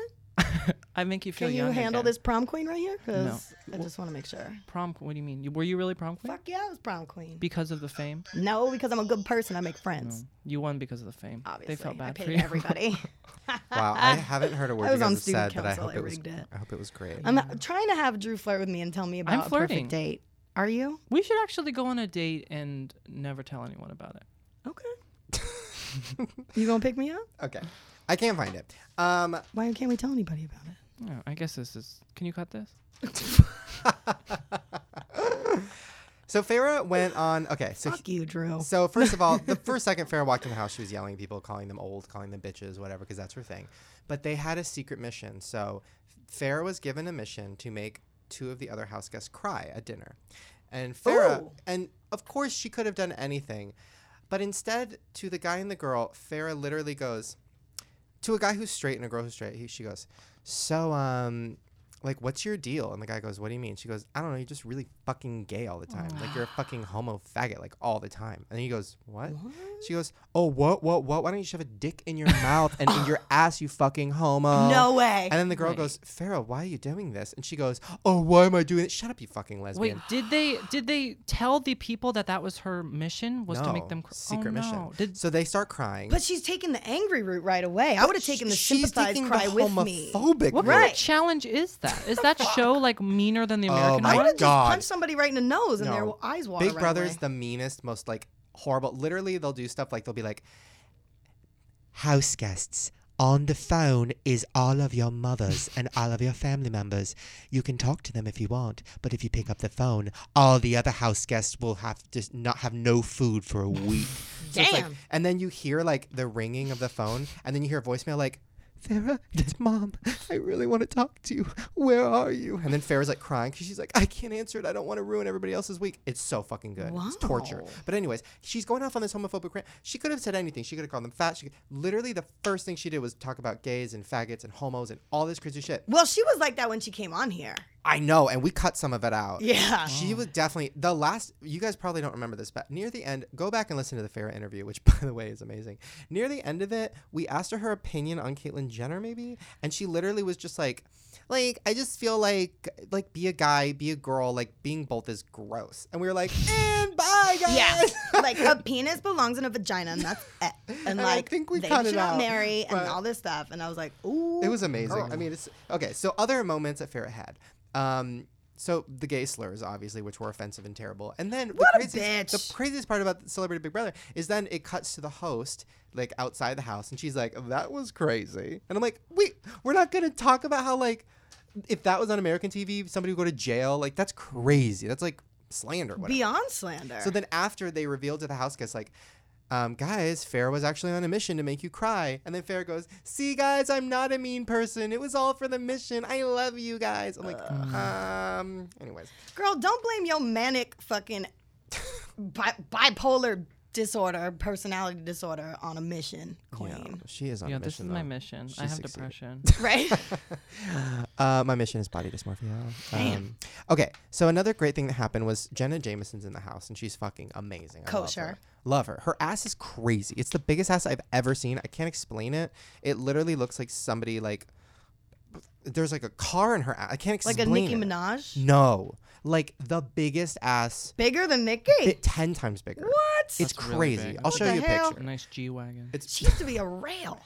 Speaker 3: I make you feel
Speaker 1: Can you
Speaker 3: young
Speaker 1: handle
Speaker 3: again.
Speaker 1: this prom queen right here? 'Cause I just want to make sure.
Speaker 3: prom? What do you mean? You- Were you really prom queen?
Speaker 1: Fuck yeah, I was prom queen.
Speaker 3: Because of the fame?
Speaker 1: no, because I'm a good person. I make friends.
Speaker 3: You won because of the fame.
Speaker 1: Obviously,
Speaker 3: they felt bad
Speaker 1: I paid
Speaker 3: for you.
Speaker 1: everybody.
Speaker 2: Wow, I haven't heard a word
Speaker 1: I was
Speaker 2: you guys
Speaker 1: on
Speaker 2: have
Speaker 1: student
Speaker 2: said, but I
Speaker 1: council,
Speaker 2: hope
Speaker 1: I
Speaker 2: it was.
Speaker 1: rigged it.
Speaker 2: I hope it was great.
Speaker 1: I'm not- trying to have Drew flirt with me and tell me about a
Speaker 3: flirting.
Speaker 1: perfect date. Are you?
Speaker 3: we should actually go on a date and never tell anyone about it.
Speaker 1: Okay. you gonna pick me up?
Speaker 2: Okay. I can't find it. Um,
Speaker 1: Why can't we tell anybody about it?
Speaker 3: Oh, I guess this is. Can you cut this?
Speaker 2: so Farah went on. Okay, so
Speaker 1: Fuck you, Drew.
Speaker 2: So first of all, the first second Farrah walked in the house, she was yelling at people, calling them old, calling them bitches, whatever, because that's her thing. But they had a secret mission. So Farrah was given a mission to make two of the other house guests cry at dinner, and Farrah,
Speaker 1: Ooh.
Speaker 2: and of course she could have done anything, but instead to the guy and the girl, Farrah literally goes to a guy who's straight and a girl who's straight. He, she goes, so um. Like, what's your deal? And the guy goes, What do you mean? She goes, I don't know. You're just really fucking gay all the time. Like, you're a fucking homo faggot, like, all the time. And he goes, What? She goes, Oh, what, what, what? Why don't you shove a dick in your mouth and in your ass, you fucking homo?
Speaker 1: no way.
Speaker 2: And then the girl goes, Farah, why are you doing this? And she goes, Oh, why am I doing it? Shut up, you fucking
Speaker 3: Wait,
Speaker 2: lesbian.
Speaker 3: did they did they tell the people that that was her mission was to
Speaker 2: No,
Speaker 3: make them cr-
Speaker 2: secret
Speaker 3: oh,
Speaker 2: mission.
Speaker 3: no. Did
Speaker 2: so they start crying.
Speaker 1: But she's taking the angry route right away. I would have taken the
Speaker 2: She's
Speaker 1: sympathize
Speaker 2: taking
Speaker 1: cry
Speaker 2: the
Speaker 1: with me.
Speaker 2: homophobic
Speaker 3: what
Speaker 2: route.
Speaker 3: kind of challenge is that? Is that show like meaner than the American
Speaker 2: my
Speaker 1: I
Speaker 3: one?
Speaker 1: would have just
Speaker 2: God.
Speaker 1: punched somebody right in the nose and
Speaker 2: No.
Speaker 1: their eyes water.
Speaker 2: Big
Speaker 1: right
Speaker 2: Brother's
Speaker 1: away.
Speaker 2: the meanest, most like horrible. Literally, they'll do stuff like they'll be like, "House guests on the phone is all of your mothers and all of your family members. You can talk to them if you want, but if you pick up the phone, all the other house guests will have to s- not have no food for a week." So it's like-
Speaker 1: Damn.
Speaker 2: and then you hear like the ringing of the phone, and then you hear a voicemail like. Farah, it's mom. I really want to talk to you. Where are you? And then Farah's like crying because she's like, I can't answer it. I don't want to ruin everybody else's week. It's so fucking good. It's torture.
Speaker 1: Wow.
Speaker 2: But anyways, she's going off on this homophobic rant. She could have said anything. She could have called them fat. She could, literally the first thing she did was talk about gays and faggots and homos and all this crazy shit.
Speaker 1: Well, she was like that when she came on here.
Speaker 2: I know, and we cut some of it out.
Speaker 1: Yeah.
Speaker 2: She was definitely the last. You guys probably don't remember this, but near the end, go back and listen to the Farrah interview, which by the way is amazing. Near the end of it, we asked her her opinion on Caitlyn Jenner, maybe, and she literally was just like, like I just feel like like be a guy, be a girl, like being both is gross. And we were like, and bye guys.
Speaker 1: Yeah, like a penis belongs in a vagina, and that's it. And
Speaker 2: I
Speaker 1: like
Speaker 2: think we
Speaker 1: they
Speaker 2: cut
Speaker 1: should
Speaker 2: it
Speaker 1: not
Speaker 2: out,
Speaker 1: marry
Speaker 2: but-
Speaker 1: and all this stuff. And I was like, ooh,
Speaker 2: It was amazing.
Speaker 1: girl.
Speaker 2: I mean, it's okay. So other moments that Farrah had. Um, so the gay slurs, obviously, which were offensive and terrible. And then
Speaker 1: What a
Speaker 2: the, craziest,
Speaker 1: bitch.
Speaker 2: the craziest part about Celebrity Big Brother is then it cuts to the host, like outside the house, and she's like, "That was crazy," and I'm like, "Wait, we're not gonna talk about how like if that was on American TV, somebody would go to jail. Like that's crazy. That's like slander. Whatever.
Speaker 1: beyond slander.
Speaker 2: So then after they revealed to the house guests, like, um, guys, Farrah was actually on a mission to make you cry. And then Farrah goes, see, guys, I'm not a mean person. It was all for the mission. I love you guys. I'm like, um, anyways.
Speaker 1: Girl, don't blame your manic fucking bi- bipolar disorder, personality disorder on a mission, queen.
Speaker 2: She is on
Speaker 3: yeah,
Speaker 2: a mission.
Speaker 3: this is my
Speaker 2: though.
Speaker 3: mission.
Speaker 2: She
Speaker 3: I have
Speaker 2: succeeded.
Speaker 3: depression.
Speaker 1: Right?
Speaker 2: Uh, my mission is body dysmorphia. Um, okay, so another great thing that happened was Jenna Jameson's in the house, and she's fucking amazing. I
Speaker 1: Kosher.
Speaker 2: Love her. Love her. Her ass is crazy. It's the biggest ass I've ever seen. I can't explain it. It literally looks like somebody like there's like a car in her ass. I can't explain.
Speaker 1: like a Nicki
Speaker 2: it.
Speaker 1: Minaj.
Speaker 2: No, like the biggest ass,
Speaker 1: Bigger than Nicki.
Speaker 2: it, ten times bigger.
Speaker 1: what?
Speaker 2: It's
Speaker 3: That's really
Speaker 2: crazy.
Speaker 3: big.
Speaker 2: I'll
Speaker 3: What
Speaker 2: show
Speaker 1: the
Speaker 2: you a
Speaker 1: hell?
Speaker 2: picture.
Speaker 3: nice G wagon.
Speaker 2: It's
Speaker 1: she used to be a rail.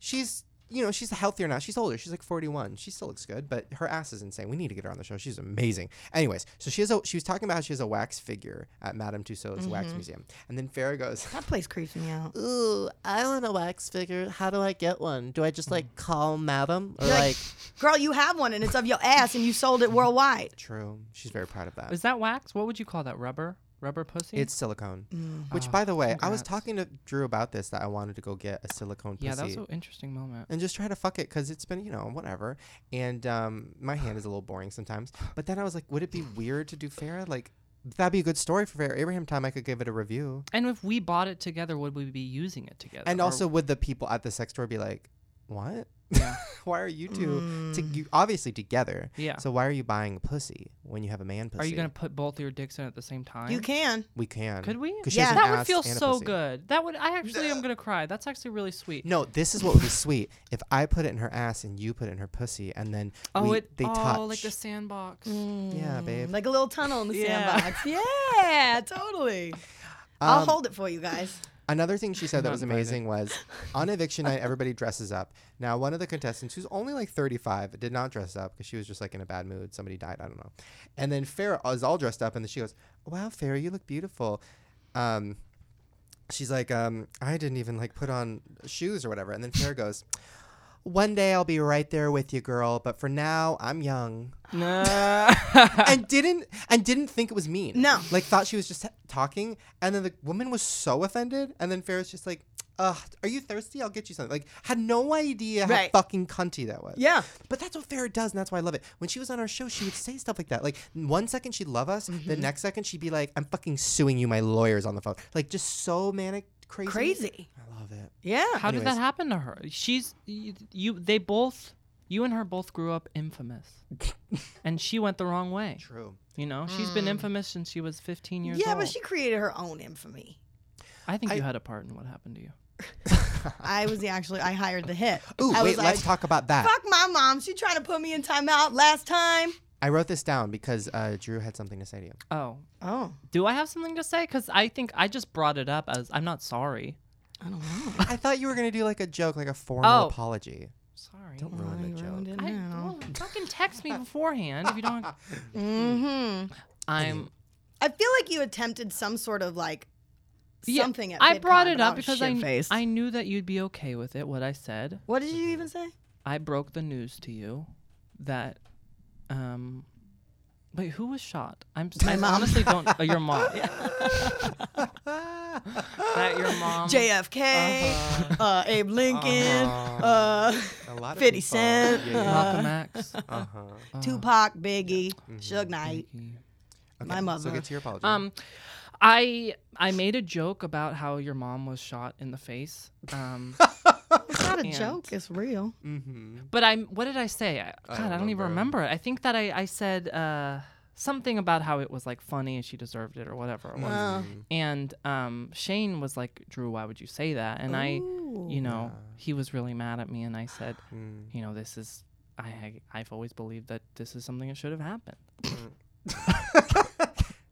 Speaker 2: she's you know she's healthier now she's older she's like 41 she still looks good but her ass is insane we need to get her on the show she's amazing anyways so she has a she was talking about how she has a wax figure at madame tussauds
Speaker 3: Mm-hmm.
Speaker 2: wax museum and then farrah goes
Speaker 1: That place creeps me out.
Speaker 2: ooh i want a wax figure how do i get one do i just
Speaker 3: Mm.
Speaker 2: like call madame or like
Speaker 1: Girl, you have one and it's of your ass and you sold it worldwide.
Speaker 2: true she's very proud of that
Speaker 3: Is that wax? What would you call that? Rubber? Rubber pussy?
Speaker 2: it's silicone which by the way i was
Speaker 3: Ah, congrats.
Speaker 2: talking to drew about this that i wanted to go get a silicone
Speaker 3: yeah,
Speaker 2: pussy
Speaker 3: that was an interesting moment.
Speaker 2: and just try to fuck it because it's been you know whatever and um, my hand is a little boring sometimes but then i was like would it be weird to do farah like that'd be a good story for farah abraham time i could give it a review
Speaker 3: And if we bought it together, would we be using it together?
Speaker 2: and
Speaker 3: Uh, Or-
Speaker 2: also would the people at the sex store be like what why are you two
Speaker 1: Mm.
Speaker 2: to, you, obviously together
Speaker 3: Mm. Yeah.
Speaker 2: so why are you buying a pussy when you have a man pussy
Speaker 3: are you gonna put both of your dicks in at the same time?
Speaker 1: You can.
Speaker 2: we can
Speaker 3: Could we?
Speaker 2: 'Cause she
Speaker 1: Yeah.
Speaker 2: has an
Speaker 3: That would
Speaker 2: ass
Speaker 3: feel
Speaker 2: and a
Speaker 3: so
Speaker 2: pussy.
Speaker 3: good. That would. I actually am gonna cry. That's actually really sweet.
Speaker 2: no, this is what would be sweet if I put it in her ass and you put it in her pussy, and then
Speaker 3: Oh,
Speaker 2: we,
Speaker 3: it.
Speaker 2: they
Speaker 3: oh,
Speaker 2: touch. Mm.
Speaker 3: like the sandbox.
Speaker 2: yeah, babe.
Speaker 1: Mm, Like a little tunnel in the
Speaker 3: Yeah. Um,
Speaker 1: sandbox. Yeah, totally. I'll
Speaker 2: Um,
Speaker 1: hold it for you guys.
Speaker 3: uh,
Speaker 2: Another thing she said that
Speaker 3: Not
Speaker 2: was
Speaker 3: invited.
Speaker 2: amazing was on eviction night, everybody dresses up. Now, one of the contestants, who's only like 35, did not dress up because she was just like in a bad mood. Somebody died. I don't know. And then Farrah is all dressed up, and then she goes, Wow, Farrah, you look beautiful. Um, she's like, um, I didn't even like put on shoes or whatever. And then Farrah goes, One day I'll be right there with you, girl. But for now, I'm young.
Speaker 3: No.
Speaker 2: and didn't and didn't think it was mean.
Speaker 1: No.
Speaker 2: like thought she was just talking, and then the woman was so offended, and then Ferris just like, "Ugh, are you thirsty? I'll get you something." Like had no idea how
Speaker 1: Right.
Speaker 2: fucking cunty that was.
Speaker 1: Yeah.
Speaker 2: but that's what Farrah does, and that's why I love it. When she was on our show, she would say stuff like that. Like one second she'd love us, the
Speaker 1: Mm-hmm.
Speaker 2: next second she'd be like, "I'm fucking suing you. My lawyer's on the phone." Like just so manic, crazy,
Speaker 1: Crazy.
Speaker 2: I love it.
Speaker 1: Yeah.
Speaker 3: How did that
Speaker 2: Anyways.
Speaker 3: happen to her? She's you, you. They both, you and her both grew up infamous, and she went the wrong way.
Speaker 2: True.
Speaker 3: You know, she's been
Speaker 2: Mm.
Speaker 3: infamous since she was 15 years
Speaker 1: yeah,
Speaker 3: old.
Speaker 1: but she created her own infamy.
Speaker 3: I think
Speaker 2: I-
Speaker 3: you had a part in what happened to you. Oh.
Speaker 1: I was the actually I hired the hit.
Speaker 2: Ooh,
Speaker 1: I
Speaker 2: wait,
Speaker 1: was like,
Speaker 2: let's talk about that.
Speaker 1: Fuck my mom. She trying to put me in timeout last time.
Speaker 2: I wrote this down because uh, Drew had something to say to you.
Speaker 3: Oh,
Speaker 1: Oh,
Speaker 3: do I have something to say? Because I think I just brought it up as I'm not sorry.
Speaker 1: I don't know.
Speaker 2: I thought you were gonna do like a joke, like a formal
Speaker 3: Oh.
Speaker 2: apology.
Speaker 3: Sorry.
Speaker 2: Don't ruin the joke.
Speaker 3: I, well, fucking text me beforehand if you don't.
Speaker 1: mm-hmm.
Speaker 3: I'm.
Speaker 1: I feel like you attempted some sort of like
Speaker 3: Yeah,
Speaker 1: something. at
Speaker 3: I
Speaker 1: VidCon,
Speaker 3: brought it
Speaker 1: but
Speaker 3: up
Speaker 1: was
Speaker 3: because I
Speaker 1: shit-faced.
Speaker 3: I knew that you'd be okay with it. What I said.
Speaker 1: What did you even say?
Speaker 3: I broke the news to you that um wait, who was shot? I'm I
Speaker 1: mom.
Speaker 3: honestly don't uh, your mom. that your mom
Speaker 1: JFK,
Speaker 3: Uh-huh.
Speaker 1: uh Abe Lincoln, uh
Speaker 2: A lot of
Speaker 1: 50
Speaker 2: people-
Speaker 1: Cent,
Speaker 2: Yeah, yeah.
Speaker 3: Malcolm X.
Speaker 2: Uh-huh.
Speaker 1: Tupac, Biggie, Mm-hmm. Suge Knight, my
Speaker 2: Okay, So
Speaker 1: mother.
Speaker 2: get to your apology.
Speaker 3: Um I I made a joke about how your mom was shot in the face. Um
Speaker 1: It's not a
Speaker 3: And-
Speaker 1: joke. It's real.
Speaker 2: mm-hmm.
Speaker 3: but I'm what did I say? I- God, I don't, even
Speaker 2: remember.
Speaker 3: remember it. I think that I I said uh something about how it was like funny and she deserved it or whatever it was.
Speaker 1: Uh,
Speaker 3: And um, Shane was like, Drew, why would you say that? And I,
Speaker 1: Ooh.
Speaker 3: you know, he was really mad at me. And I said,
Speaker 2: Mm-hmm.
Speaker 3: you know, this is, I, I, I've always believed that this is something that should have happened.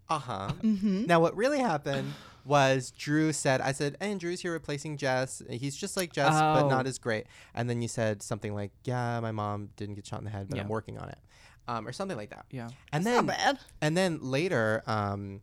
Speaker 2: uh huh.
Speaker 1: Mm-hmm.
Speaker 2: Now, what really happened was Drew said, "I said, and Drew's here replacing Jess. He's just like Jess, but
Speaker 3: Oh.
Speaker 2: not as great." And then you said something like, "Yeah, my mom didn't get shot in the head, but I'm
Speaker 3: Yeah.
Speaker 2: working on it," um, or something like that.
Speaker 3: Yeah.
Speaker 2: And
Speaker 1: It's not
Speaker 2: then
Speaker 1: bad.
Speaker 2: And then later, um,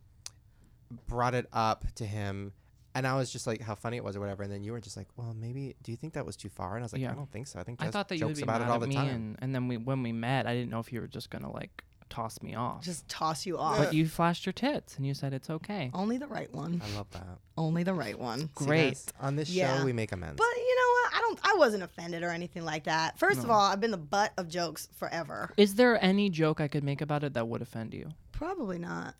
Speaker 2: brought it up to him, and I was just like, how funny it was or whatever. And then you were just like, well, maybe do you think that was too far? And I was like,
Speaker 3: Yeah.
Speaker 2: I don't think so. I think
Speaker 3: I
Speaker 2: Jess
Speaker 3: thought that you would
Speaker 2: jokes
Speaker 3: be
Speaker 2: about
Speaker 3: mad
Speaker 2: it all
Speaker 3: at
Speaker 2: the
Speaker 3: me.
Speaker 2: time.
Speaker 3: And, and then we, when we met, I didn't know if you were just going to like toss me off.
Speaker 1: Just toss you off.
Speaker 3: but you Uh-huh. flashed your tits and you said it's okay.
Speaker 1: Only the right one.
Speaker 2: I love that.
Speaker 1: Only the right one.
Speaker 2: See,
Speaker 3: Great.
Speaker 2: guys, on this
Speaker 1: Yeah.
Speaker 2: show, we make amends.
Speaker 1: But you know what? I don't. I wasn't offended or anything like that. First of all, I've been the butt of jokes forever.
Speaker 3: Is there any joke I could make about it that would offend you?
Speaker 1: Probably not,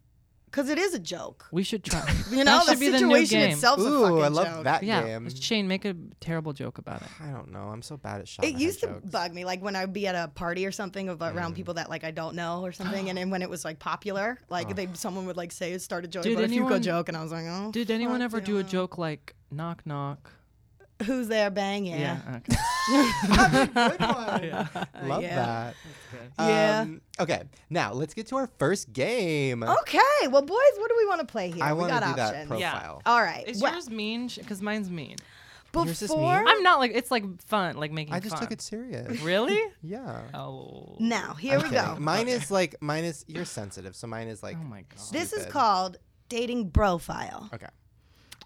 Speaker 1: because it is a joke.
Speaker 3: We should try.
Speaker 1: You know,
Speaker 3: That
Speaker 1: the
Speaker 3: should be the new
Speaker 1: situation
Speaker 3: game.
Speaker 1: itself's a
Speaker 2: Ooh,
Speaker 1: fucking
Speaker 2: I love
Speaker 1: joke.
Speaker 2: that
Speaker 3: yeah,
Speaker 2: game.
Speaker 3: Shane, make a terrible joke about it.
Speaker 2: I don't know. I'm so bad at shot. in
Speaker 1: It
Speaker 2: the head
Speaker 1: used to
Speaker 2: jokes. Mm.
Speaker 1: bug me, like when I'd be at a party or something of, around people that like I don't know or something, and then when it was like popular, like they someone would like say start a joke
Speaker 3: Did
Speaker 1: about a
Speaker 3: anyone-
Speaker 1: Fuco joke, and I was like, oh,
Speaker 3: Did anyone
Speaker 1: fuck,
Speaker 3: ever
Speaker 1: yeah.
Speaker 3: do a joke like knock knock?
Speaker 1: Who's there? Bang yeah, yeah.
Speaker 3: Yeah. Okay.
Speaker 2: Good one. Love
Speaker 1: Yeah.
Speaker 2: that. Um, okay, now let's get to our first game.
Speaker 1: Okay, well, boys, what do we want to play here?
Speaker 2: I
Speaker 1: Oh, we
Speaker 2: want to
Speaker 1: got
Speaker 2: do that
Speaker 1: options.
Speaker 2: profile.
Speaker 3: Yeah.
Speaker 1: All right.
Speaker 3: Is
Speaker 1: well,
Speaker 3: yours mean? Because mine's mean.
Speaker 2: Yours is
Speaker 1: before
Speaker 2: me?
Speaker 3: I'm not like it's like fun, like making.
Speaker 2: I just
Speaker 3: fun.
Speaker 2: took it serious.
Speaker 3: Really?
Speaker 2: yeah.
Speaker 3: oh.
Speaker 1: now, here
Speaker 2: I'm
Speaker 1: we
Speaker 2: kidding.
Speaker 1: go.
Speaker 2: Mine is like mine is you're sensitive, so mine is like
Speaker 3: Oh my god.
Speaker 1: This is
Speaker 2: stupid.
Speaker 1: called dating profile.
Speaker 2: Okay.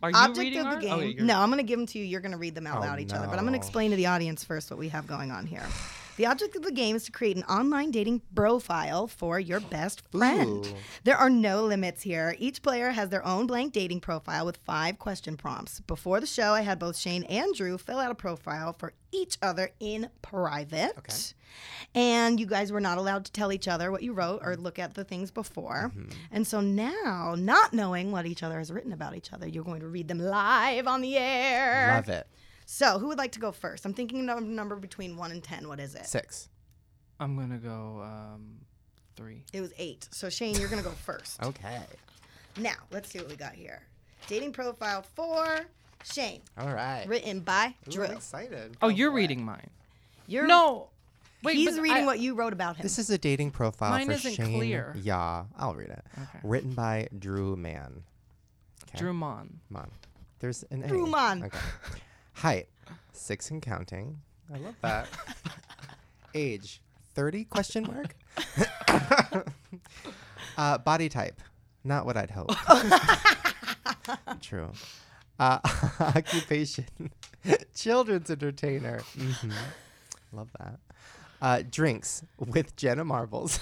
Speaker 3: Are you
Speaker 1: Object
Speaker 3: reading
Speaker 1: of the
Speaker 3: ours?
Speaker 1: game.
Speaker 3: Oh, yeah, you're-
Speaker 1: no, I'm going to give them to you. You're going to read them out
Speaker 2: Oh,
Speaker 1: loud each other, but I'm going
Speaker 2: no.
Speaker 1: to explain to the audience first what we have going on here. The object of the game is to create an online dating profile for your best friend.
Speaker 2: Ooh.
Speaker 1: There are no limits here. Each player has their own blank dating profile with five question prompts. Before the show, I had both Shane and Drew fill out a profile for each other in private.
Speaker 2: Okay.
Speaker 1: And you guys were not allowed to tell each other what you wrote or look at the things before. And so now, not knowing what each other has written about each other, you're going to read them live on the air.
Speaker 2: Love it.
Speaker 1: So, who would like to go first? I'm thinking of a number between one and 10. What is it?
Speaker 2: Six.
Speaker 3: I'm gonna go um, three.
Speaker 1: It was eight. So, Shane, you're going to go first.
Speaker 2: Okay.
Speaker 1: Now, let's see what we got here. Dating profile for Shane,
Speaker 2: All right.
Speaker 1: written by
Speaker 2: Ooh,
Speaker 1: Drew.
Speaker 2: I'm excited.
Speaker 3: Oh,
Speaker 2: Go
Speaker 3: you're
Speaker 2: for it.
Speaker 3: reading mine.
Speaker 1: You're,
Speaker 3: No. Wait,
Speaker 1: he's
Speaker 3: but
Speaker 1: reading
Speaker 3: I-
Speaker 1: what you wrote about him.
Speaker 2: This is a dating profile
Speaker 3: Mine
Speaker 2: for
Speaker 3: isn't
Speaker 2: Shane.
Speaker 3: clear.
Speaker 2: Yeah, I'll read it.
Speaker 3: Okay.
Speaker 2: Written by Drew Mann.
Speaker 3: Drew Mon.
Speaker 2: Come on. There's an A.
Speaker 1: Drew Mann.
Speaker 2: Okay. Height, six and counting. I love that. Age, thirty? Question mark. uh, body type, not what I'd hope. True. Uh, occupation, children's entertainer. Mhm. Love that. Uh, drinks with Jenna Marbles.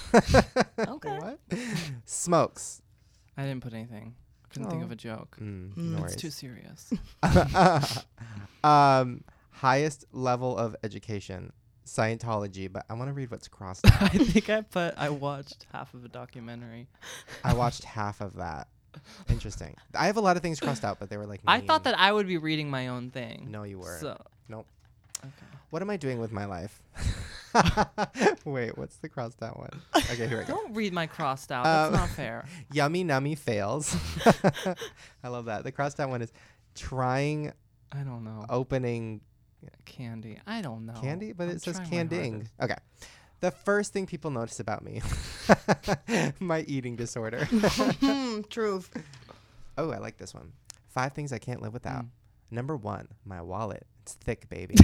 Speaker 1: Okay.
Speaker 2: what? Smokes.
Speaker 3: I didn't put anything. Couldn't
Speaker 1: Oh.
Speaker 3: think of a joke.
Speaker 2: Mm, no
Speaker 3: It's
Speaker 2: worries.
Speaker 3: too serious.
Speaker 2: um, highest level of education, Scientology. But I want to read what's crossed. out.
Speaker 3: I think I put. I watched half of a documentary.
Speaker 2: I watched half of that. Interesting. I have a lot of things crossed out, but they were like.
Speaker 3: I thought
Speaker 2: mean.
Speaker 3: that I would be reading my own thing.
Speaker 2: No, you weren't.
Speaker 3: So
Speaker 2: Nope.
Speaker 3: okay.
Speaker 2: What am I doing with my life? Wait, what's the crossed out one? Okay, here we go.
Speaker 3: Don't read my crossed out. That's
Speaker 2: Um,
Speaker 3: not fair.
Speaker 2: Yummy nummy fails. I love that. The crossed out one is trying
Speaker 3: I don't know.
Speaker 2: opening
Speaker 3: Candy. I don't know.
Speaker 2: Oh. candy, but
Speaker 3: Oh, I'm
Speaker 2: it says
Speaker 3: trying my
Speaker 2: canding.
Speaker 3: hardest.
Speaker 2: Okay. The first thing people notice about me, my eating disorder.
Speaker 1: Hmm, truth.
Speaker 2: oh, I like this one. Five things I can't live
Speaker 3: Mm.
Speaker 2: without. Number one, my wallet. It's thick, baby.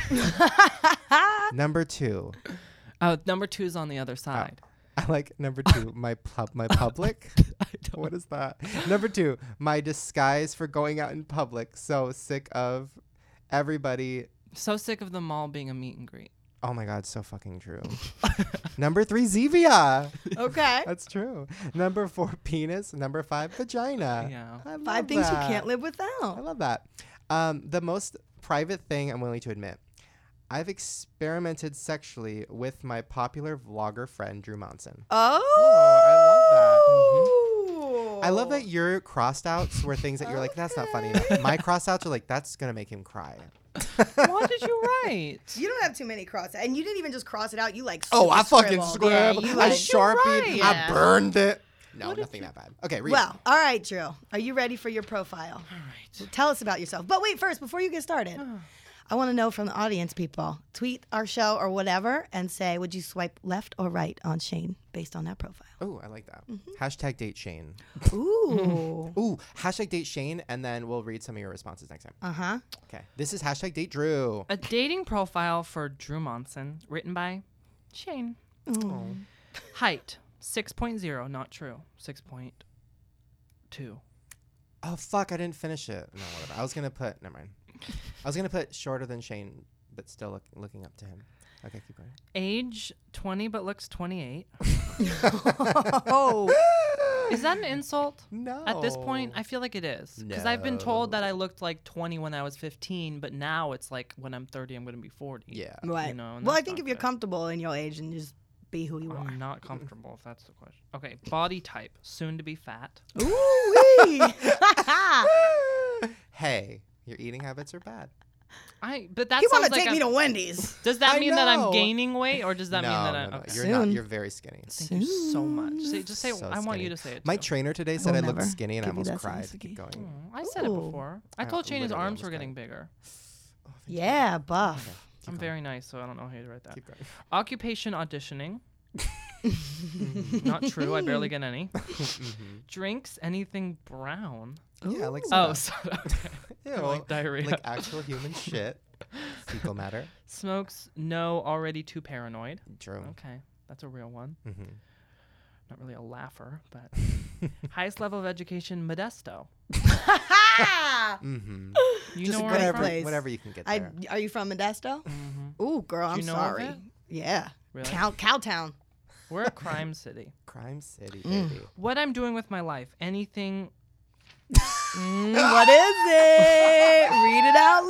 Speaker 2: Number two,
Speaker 3: Oh, number two is on the other side.
Speaker 2: I like number two, my pub, my public.
Speaker 3: I don't.
Speaker 2: What is that? Number two, my disguise for going out in public. So sick of everybody.
Speaker 3: So sick of the mall being a meet and greet.
Speaker 2: Oh my God, so fucking true. Number three, Zevia.
Speaker 1: Okay.
Speaker 2: That's true. Number four, penis. Number five, vagina.
Speaker 3: Yeah.
Speaker 2: I love
Speaker 1: Five things you
Speaker 2: that.
Speaker 1: can't live
Speaker 2: I
Speaker 1: without.
Speaker 2: love that. Um, the most private thing I'm willing to admit. I've experimented sexually with my popular vlogger friend Drew Monson.
Speaker 1: Oh,
Speaker 2: I
Speaker 1: love
Speaker 2: I love that your crossed outs were things that you're like, that's not funny. enough." My crossed outs are like, that's gonna make him cry.
Speaker 3: Why did you write?
Speaker 1: You don't have too many cross, and you didn't even just cross it out. You like
Speaker 2: Oh, I
Speaker 1: super
Speaker 2: fucking
Speaker 1: scribbled. Yeah,
Speaker 2: scribbled.
Speaker 1: you,
Speaker 2: I
Speaker 1: like-
Speaker 2: sharpied.
Speaker 3: right.
Speaker 2: I
Speaker 1: Yeah.
Speaker 2: burned it. No, nothing that bad. Okay, read.
Speaker 1: well, all right, Drew. Are you ready for your profile?
Speaker 3: All right.
Speaker 1: Tell us about yourself. But wait, first, before you get started, I want to know from the audience people. Tweet our show or whatever and say, would you swipe left or right on Shane based on that profile?
Speaker 2: oh, I like that.
Speaker 1: mm-hmm.
Speaker 2: Hashtag date Shane.
Speaker 1: Ooh.
Speaker 2: Ooh, hashtag date Shane, and then we'll read some of your responses next time.
Speaker 1: uh huh.
Speaker 2: Okay. This is hashtag date Drew.
Speaker 3: A dating profile for Drew Monson, written by Shane. Height 6.0, not true. 6.2.
Speaker 2: Oh fuck, I didn't finish it. No, whatever. I was gonna put never mind. I was gonna put shorter than Shane, but still look, looking up to him. Okay, keep going.
Speaker 3: Age 20 but looks 28.
Speaker 1: Oh.
Speaker 3: Is that an insult?
Speaker 2: No.
Speaker 3: At this point, I feel like it is. Because I've been told that I looked like 20 when I was 15, but now it's like when I'm 30, I'm going to be 40.
Speaker 2: Yeah.
Speaker 1: right.
Speaker 3: You know, and
Speaker 1: well, I
Speaker 3: that's
Speaker 1: think
Speaker 3: not
Speaker 1: if you're
Speaker 3: good.
Speaker 1: comfortable in your age and just be who you are.
Speaker 3: I'm not comfortable if that's the question. Okay, body type, soon to be fat.
Speaker 1: Ooh.
Speaker 2: hey, your eating habits are bad.
Speaker 3: I but that
Speaker 1: you
Speaker 3: sounds
Speaker 1: want to
Speaker 3: like
Speaker 1: take
Speaker 3: I'm-
Speaker 1: me to Wendy's.
Speaker 3: Does that
Speaker 2: I
Speaker 3: mean that
Speaker 2: know.
Speaker 3: I'm gaining weight or does that
Speaker 2: no,
Speaker 3: mean that
Speaker 2: no,
Speaker 3: I
Speaker 2: no,
Speaker 3: okay.
Speaker 2: you're not.
Speaker 1: Soon.
Speaker 2: You're very skinny.
Speaker 3: Thank you so much. Say, just say.
Speaker 2: So
Speaker 3: I want
Speaker 2: skinny.
Speaker 3: you to say it.
Speaker 2: My
Speaker 3: too.
Speaker 2: trainer today
Speaker 1: will
Speaker 2: said I looked
Speaker 1: never
Speaker 2: skinny and I
Speaker 1: give you
Speaker 2: almost
Speaker 1: that
Speaker 2: cried. Oh,
Speaker 1: sense
Speaker 2: Keep
Speaker 1: again.
Speaker 2: going.
Speaker 3: Mm, I said it
Speaker 1: Ooh.
Speaker 3: before. I
Speaker 2: I
Speaker 3: told Shane his
Speaker 2: literally
Speaker 3: arms were
Speaker 2: almost
Speaker 3: getting bigger.
Speaker 1: Yeah, buff.
Speaker 3: I'm very nice, so I don't know how you write that.
Speaker 2: Keep going.
Speaker 3: Occupation auditioning. Not true. I barely get any. Drinks anything brown.
Speaker 2: Mm-hmm. Yeah, like
Speaker 3: Oh,
Speaker 2: soda.
Speaker 3: so, okay.
Speaker 2: Ew,
Speaker 3: like diarrhea.
Speaker 2: Like actual human shit. Fecal matter.
Speaker 3: Smokes. No, already too paranoid.
Speaker 2: True.
Speaker 3: Okay, that's a real one.
Speaker 2: hmm
Speaker 3: Not really a laugher, but
Speaker 2: Mm-hmm.
Speaker 3: highest level of education, Modesto.
Speaker 2: hmm
Speaker 3: You
Speaker 1: Just
Speaker 3: know
Speaker 1: a good
Speaker 3: where I'm
Speaker 2: whatever,
Speaker 3: from?
Speaker 1: place.
Speaker 2: whatever you can get
Speaker 1: I,
Speaker 2: there.
Speaker 1: are you from Modesto? Ooh, girl, I'm
Speaker 3: Mm-hmm. you know of
Speaker 1: sorry.
Speaker 3: it?
Speaker 1: Yeah.
Speaker 3: Really?
Speaker 1: Cow Cowtown.
Speaker 3: We're a crime city.
Speaker 2: Crime City, baby.
Speaker 3: What I'm doing with my life, anything
Speaker 1: Mm, what is it? Read it out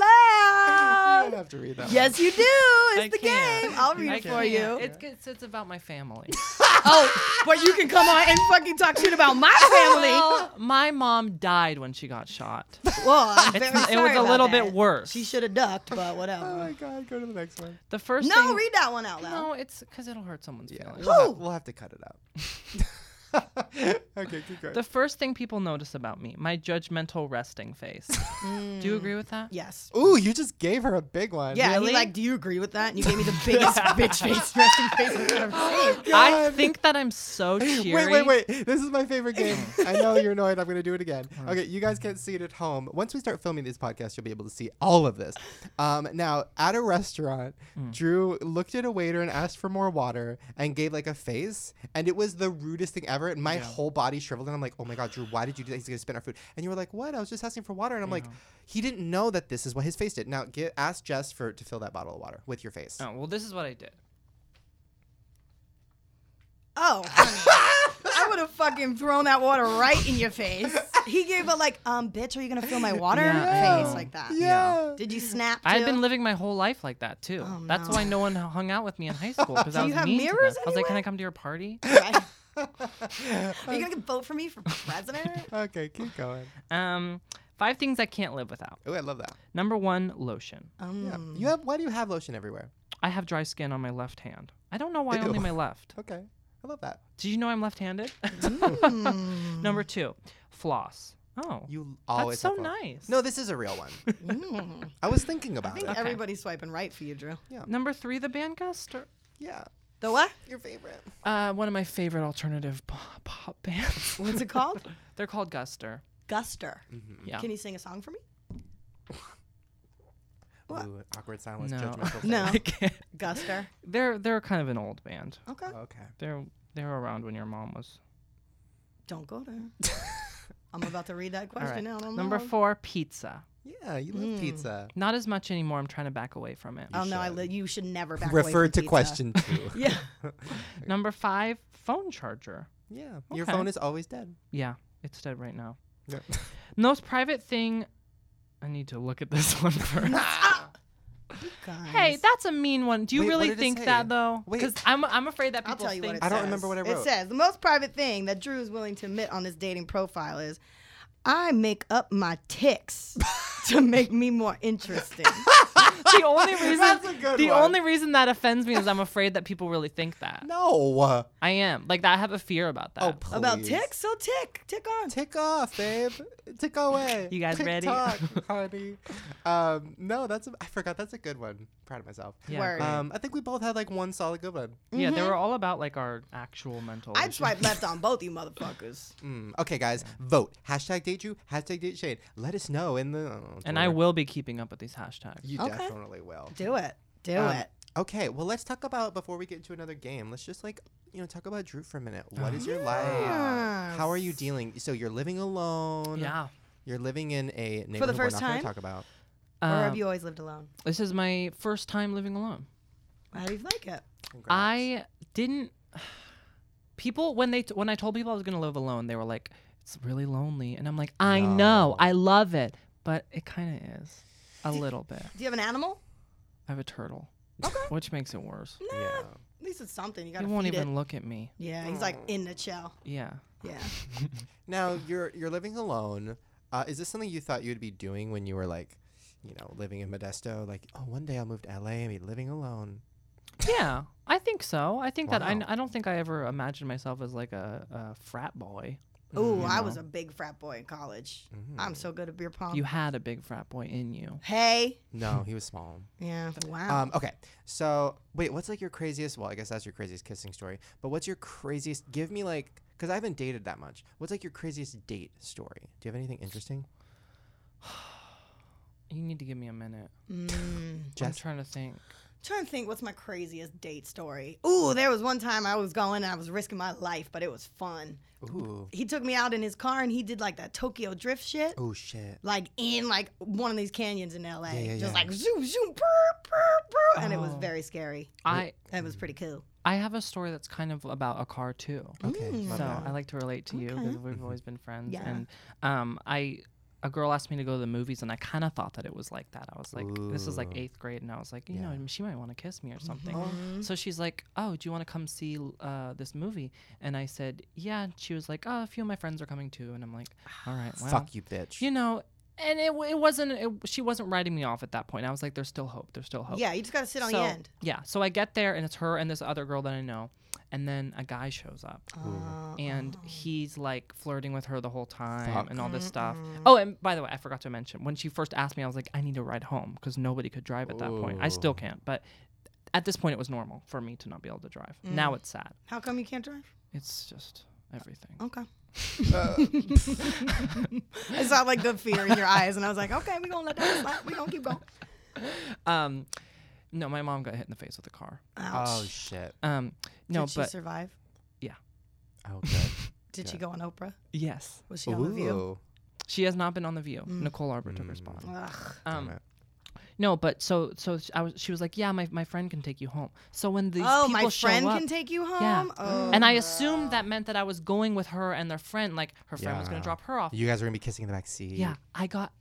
Speaker 2: I
Speaker 1: loud.
Speaker 2: have to read that.
Speaker 1: Ah. Yes, you do. It's
Speaker 3: I
Speaker 1: the
Speaker 3: can't.
Speaker 1: game. I'll
Speaker 3: I
Speaker 1: read it for
Speaker 3: can't.
Speaker 1: you.
Speaker 3: It's, it's it's about my family.
Speaker 1: oh, but you can come on and fucking talk shit about my family.
Speaker 3: well, my mom died when she got shot.
Speaker 1: Well, I'm very
Speaker 3: It's not- it
Speaker 1: sorry
Speaker 3: was a
Speaker 1: about
Speaker 3: little
Speaker 1: that.
Speaker 3: bit worse. Uh,
Speaker 1: She should have ducked, but
Speaker 2: Oh
Speaker 1: whatever.
Speaker 2: my god, go to the next one.
Speaker 3: The first
Speaker 1: No,
Speaker 3: thing.
Speaker 1: read that one out loud.
Speaker 3: no, it's because it'll hurt someone's
Speaker 2: Yeah,
Speaker 3: feelings.
Speaker 2: we'll have, we'll have to cut it up. okay, keep going.
Speaker 3: The first thing people notice about me, my judgmental resting face. Do you agree with that?
Speaker 1: Yes.
Speaker 2: Ooh, you just gave her a big one.
Speaker 1: Yeah,
Speaker 3: Really?
Speaker 1: he like, do you agree with that? And you gave me the biggest bitch face resting face I've
Speaker 3: Oh,
Speaker 1: ever seen.
Speaker 3: I think that I'm so cheery.
Speaker 2: Wait, wait, wait. This is my favorite game. I know you're annoyed. I'm going to do it again. Okay, you guys can't see it at home. Once we start filming these podcasts, you'll be able to see all of this. Um, now, at a restaurant, Drew looked at a waiter and asked for more water and gave like a face. And it was the rudest thing ever. whatever. And my whole body shriveled. And I'm like, oh my God, Drew, why did you do that? He's going to spit our food. And you were like, what? I was just asking for water. And I'm like, he didn't know that this is what his face did. Now, get, ask Jess for to fill that bottle of water with your face.
Speaker 3: Oh, well, this is what I did.
Speaker 1: Oh, honey. I would have fucking thrown that water right in your face. He gave a like, um, bitch, are you gonna fill my water
Speaker 3: Yeah, I
Speaker 1: face
Speaker 3: know.
Speaker 1: like that?
Speaker 2: Yeah.
Speaker 1: Did you snap? Too?
Speaker 3: I've been living my whole life like that too.
Speaker 1: Oh,
Speaker 3: That's
Speaker 1: no.
Speaker 3: why no one hung out with me in high school because
Speaker 1: Do
Speaker 3: I
Speaker 1: you
Speaker 3: was
Speaker 1: have
Speaker 3: mean to
Speaker 1: mirrors
Speaker 3: them. I was like, "Can I
Speaker 1: anywhere?
Speaker 3: come to your party?"
Speaker 1: Right. Are you gonna vote for me for president?
Speaker 2: Okay, keep going.
Speaker 3: Um, five things I can't live without.
Speaker 2: Oh, I love that.
Speaker 3: Number one, lotion.
Speaker 2: Yeah.
Speaker 3: Hmm.
Speaker 1: Um,
Speaker 2: You have why do you have lotion everywhere?
Speaker 3: I have dry skin on my left hand. I don't know why only
Speaker 2: Ew.
Speaker 3: my left.
Speaker 2: Okay. I love that.
Speaker 3: Did you know I'm left-handed?
Speaker 1: mm,
Speaker 3: Number two, floss. Oh,
Speaker 2: You
Speaker 3: that's
Speaker 2: always
Speaker 3: so
Speaker 2: have fun.
Speaker 3: nice.
Speaker 2: No, this is a real one.
Speaker 1: mm.
Speaker 2: I was thinking
Speaker 1: I
Speaker 2: about
Speaker 1: think
Speaker 2: it.
Speaker 1: everybody's swiping right for you, Drew.
Speaker 3: Number three, the band gust. Or,
Speaker 2: Yeah.
Speaker 1: The what?
Speaker 2: Your favorite.
Speaker 3: uh, one of my favorite alternative pop, pop bands.
Speaker 1: What's it called?
Speaker 3: They're called Guster.
Speaker 1: Guster.
Speaker 3: Yeah.
Speaker 1: Can you sing a song for me? What?
Speaker 2: Ooh, awkward silence.
Speaker 3: No.
Speaker 2: Judgmental
Speaker 1: No.
Speaker 2: face.
Speaker 3: I can't.
Speaker 1: Guster.
Speaker 3: They're they're kind of an old band.
Speaker 1: Okay.
Speaker 2: Oh, Okay.
Speaker 3: They're they're around when your mom was.
Speaker 1: Don't go there. I'm about to read that question out. I don't
Speaker 3: Number
Speaker 1: know.
Speaker 3: four, pizza.
Speaker 2: Yeah, you
Speaker 3: Hmm.
Speaker 2: love pizza.
Speaker 3: Not as much anymore. I'm trying to back away from it.
Speaker 1: Oh no, I li- you should never back away
Speaker 2: Refer
Speaker 1: from
Speaker 2: to
Speaker 1: pizza.
Speaker 2: question two.
Speaker 1: Yeah.
Speaker 3: Number five, phone charger.
Speaker 2: yeah. Your
Speaker 3: Okay.
Speaker 2: phone is always dead.
Speaker 3: Yeah, it's dead right now.
Speaker 2: Yeah.
Speaker 3: Most private thing. I need to look at this one first.
Speaker 1: Guys.
Speaker 3: hey, that's a mean one. Do you
Speaker 2: Wait, what
Speaker 3: really
Speaker 2: did it
Speaker 3: think
Speaker 2: say?
Speaker 3: that though?
Speaker 2: Wait.
Speaker 3: Because I'm I'm afraid that
Speaker 1: I'll
Speaker 3: people
Speaker 1: tell you what
Speaker 3: think.
Speaker 1: it
Speaker 2: I
Speaker 1: says.
Speaker 2: don't remember what I wrote.
Speaker 1: It says the most private thing that Drew is willing to admit on his dating profile is, I make up my ticks to make me more interesting.
Speaker 3: the only reason
Speaker 2: That's a good
Speaker 3: the
Speaker 2: one.
Speaker 3: only reason that offends me is I'm afraid that people really think that.
Speaker 2: No.
Speaker 3: I am like that. I have a fear about that.
Speaker 2: Oh, please.
Speaker 1: About ticks, so tick, tick on.
Speaker 2: Tick off, babe. Tick away.
Speaker 3: You guys
Speaker 2: Tick
Speaker 3: ready?
Speaker 2: tock, honey. Um, no, that's a, I forgot. That's a good one. Proud of myself.
Speaker 3: Yeah,
Speaker 1: Word. Mm-hmm.
Speaker 3: great.
Speaker 2: Um, I think we both had like one solid good one.
Speaker 3: Yeah, they were all about like our actual mental.
Speaker 1: I'd
Speaker 3: issues.
Speaker 1: swipe left on both you motherfuckers.
Speaker 2: Mm, okay, guys, vote. Hashtag date you. Hashtag date Shane. Let us know in the. oh,
Speaker 3: And I
Speaker 2: Twitter.
Speaker 3: will be keeping up with these hashtags.
Speaker 2: You
Speaker 1: Okay.
Speaker 2: definitely will.
Speaker 1: Do it. Do
Speaker 2: Um,
Speaker 1: it.
Speaker 2: Okay, well, let's talk about before we get into another game. Let's just like you know talk about Drew for a minute. What is your life? How are you dealing? So you're living alone.
Speaker 3: Yeah.
Speaker 2: You're living in a neighborhood
Speaker 1: first
Speaker 2: we're not gonna
Speaker 1: time?
Speaker 2: Talk about.
Speaker 1: or
Speaker 2: uh,
Speaker 3: Um,
Speaker 1: have you always lived alone?
Speaker 3: this is my first time living alone.
Speaker 1: How do you like it?
Speaker 2: Congrats.
Speaker 3: I didn't. People when they t- when I told people I was gonna live alone, they were like, "It's really lonely," and I'm like, "I know, I love it, but it kind of is, a little bit."
Speaker 1: Do you have an animal?
Speaker 3: I have a turtle, which makes it worse.
Speaker 1: Nah.
Speaker 2: Yeah.
Speaker 1: At least it's something. You
Speaker 3: He
Speaker 1: gotta
Speaker 3: won't
Speaker 1: feed
Speaker 3: even
Speaker 1: it.
Speaker 3: look at me.
Speaker 1: Yeah, he's like in the shell.
Speaker 3: Yeah.
Speaker 1: Yeah.
Speaker 2: Now you're you're living alone. Uh, is this something you thought you'd be doing when you were like, you know, living in Modesto? Like, oh, one day I'll move to LA and be living alone.
Speaker 3: Yeah, I think so. I think that
Speaker 2: Wow.
Speaker 3: I, I don't think I ever imagined myself as like a, a frat boy.
Speaker 1: Ooh,
Speaker 3: you
Speaker 1: I was
Speaker 3: know.
Speaker 1: a big frat boy in college.
Speaker 2: Mm-hmm.
Speaker 1: I'm so good at beer
Speaker 2: Um,
Speaker 1: pong.
Speaker 3: Mm. You had a big frat boy in you.
Speaker 1: hey.
Speaker 2: No, he was small.
Speaker 1: Yeah. Wow.
Speaker 3: Uh,
Speaker 2: Um, okay, so wait, what's like your craziest? Well, I guess that's your craziest kissing story. But what's your craziest? Give me like, because I haven't dated that much. What's like your craziest date story? Do you have anything interesting?
Speaker 3: You need to give me a minute.
Speaker 1: Mm.
Speaker 3: I'm
Speaker 2: Jess?
Speaker 3: trying to think.
Speaker 1: Trying to think, what's my craziest date story? Ooh, there was one time I was going and I was risking my life, but it was fun.
Speaker 2: Ooh.
Speaker 1: He took me out in his car and he did like that Tokyo drift shit,
Speaker 2: Oh shit.
Speaker 1: like in like one of these canyons in LA,
Speaker 2: yeah,
Speaker 1: just
Speaker 2: yeah.
Speaker 1: like zoom, zoom, brr, brr, brr, and it was
Speaker 3: Oh.
Speaker 1: very scary.
Speaker 3: I
Speaker 1: That was pretty cool.
Speaker 3: I have a story that's kind of about a car too.
Speaker 2: Okay.
Speaker 1: Mm.
Speaker 2: love
Speaker 3: So
Speaker 1: Mm-hmm.
Speaker 2: that.
Speaker 3: I like to relate to you because we've always been friends.
Speaker 1: Yeah.
Speaker 3: And um, I a girl asked me to go to the movies, and I kind of thought that it was like that. I was like, this is like eighth grade, and I was like, you know, she might want to kiss me or something.
Speaker 1: Mm-hmm.
Speaker 3: So she's like, oh, do you want to come see uh, this movie? And I said, yeah. And she was like, oh, a few of my friends are coming too. And I'm like, all right, well,
Speaker 2: Fuck you, bitch.
Speaker 3: you know. And it, w- it wasn't, it, she wasn't writing me off at that point. I was like, there's still hope. There's still hope.
Speaker 1: Yeah, you just gotta sit on the end.
Speaker 3: Yeah. So I get there and it's her and this other girl that I know. And then a guy shows up.
Speaker 1: Uh, Oh.
Speaker 3: and he's like flirting with her the whole time and all this stuff. Oh, and by the way, I forgot to mention when she first asked me, I was like, I need to ride home because nobody could drive at that point. I still can't. But at this point, it was normal for me to not be able to drive.
Speaker 1: Mm.
Speaker 3: Now it's sad.
Speaker 1: How come you can't drive?
Speaker 3: It's just everything.
Speaker 1: Okay. Uh, I saw like the fear in your eyes, and I was like, okay, we gonna let that slide. We gonna keep going. oh.
Speaker 3: Um, no, my mom got hit in the face with a car.
Speaker 1: Ouch.
Speaker 2: Oh shit.
Speaker 3: Um, no,
Speaker 1: Did she
Speaker 3: but
Speaker 1: survive?
Speaker 2: Oh good.
Speaker 1: Did she go on Oprah?
Speaker 3: Yes.
Speaker 1: Was she on The View?
Speaker 2: Ooh.
Speaker 3: She has not been on The View.
Speaker 1: Mm.
Speaker 3: Nicole Arbor took her spot.
Speaker 1: Ugh.
Speaker 2: Mm, Damn
Speaker 3: Um,
Speaker 2: it.
Speaker 3: no, but so so sh- I was. She was like, "Yeah, my, my friend can take you home." So when these
Speaker 1: Oh,
Speaker 3: people
Speaker 1: my
Speaker 3: show
Speaker 1: friend
Speaker 3: up,
Speaker 1: can take you home.
Speaker 3: Yeah.
Speaker 1: Oh.
Speaker 3: and I assumed that meant that I was going with her and their friend. Like her friend was going
Speaker 2: Yeah.
Speaker 3: to drop her off.
Speaker 2: You guys are gonna be kissing in the back seat.
Speaker 3: oh. yeah, I got.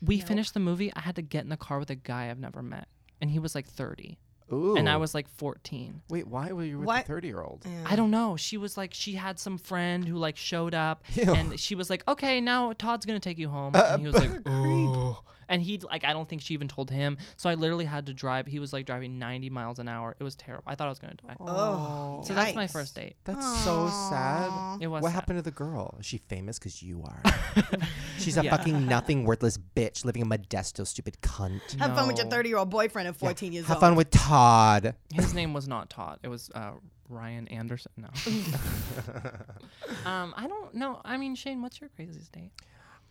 Speaker 3: We finished the movie. I had to get in the car with a guy I've never met, and he was like 30,
Speaker 2: Ooh.
Speaker 3: and I was like 14.
Speaker 2: Wait, why were you with
Speaker 1: Why-
Speaker 2: a thirty-year-old?
Speaker 3: I don't know. She was like, she had some friend who like showed up,
Speaker 2: Ew. Uh,
Speaker 3: and she was like, "Okay, now Todd's gonna take you home." and he was like, "Oh," and he like, I don't think she even told him. So I literally had to drive. He was like driving 90 miles an hour. It was terrible. I thought I was gonna die.
Speaker 1: Oh,
Speaker 3: so that's my
Speaker 1: yikes.
Speaker 3: first date.
Speaker 2: That's so sad.
Speaker 3: It was
Speaker 2: What
Speaker 3: sad.
Speaker 2: happened to the girl? Is she famous? Because you are. She's a fucking nothing, worthless bitch living in Modesto, stupid cunt.
Speaker 1: Have fun with your
Speaker 3: No.
Speaker 1: 30 year old boyfriend at 14 years
Speaker 2: Have
Speaker 1: old.
Speaker 2: fun with Todd.
Speaker 3: His name was not Todd. It was uh, Ryan Anderson. No. um, I don't know. I mean, Shane, what's your craziest date?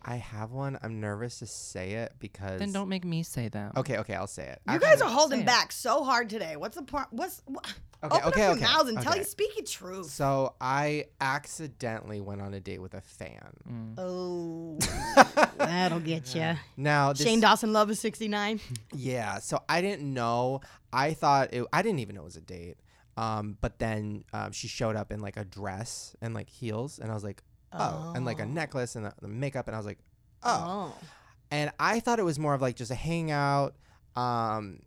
Speaker 2: I have one. I'm nervous to say it because.
Speaker 3: Then don't make me say them.
Speaker 2: Okay, okay, I'll say it.
Speaker 1: You
Speaker 2: Actually-
Speaker 1: guys are holding
Speaker 3: Say it.
Speaker 1: back so hard today. What's the point? What's. Wh-
Speaker 2: Okay,
Speaker 1: Open
Speaker 2: okay,
Speaker 1: up your
Speaker 2: okay,
Speaker 1: mouths and tell
Speaker 2: okay.
Speaker 1: you, speak your truth.
Speaker 2: So I accidentally went on a date with a fan.
Speaker 3: Mm.
Speaker 1: Oh, that'll get you.
Speaker 2: Now this,
Speaker 1: Shane Dawson, Love is 69.
Speaker 2: yeah. So I didn't know. I thought it, I didn't even know it was a date. Um, but then um, she showed up in like a dress and like heels, and I was like, oh, and like a necklace and the, the makeup, and I was like, oh. And I thought it was more of like just a hangout. Um,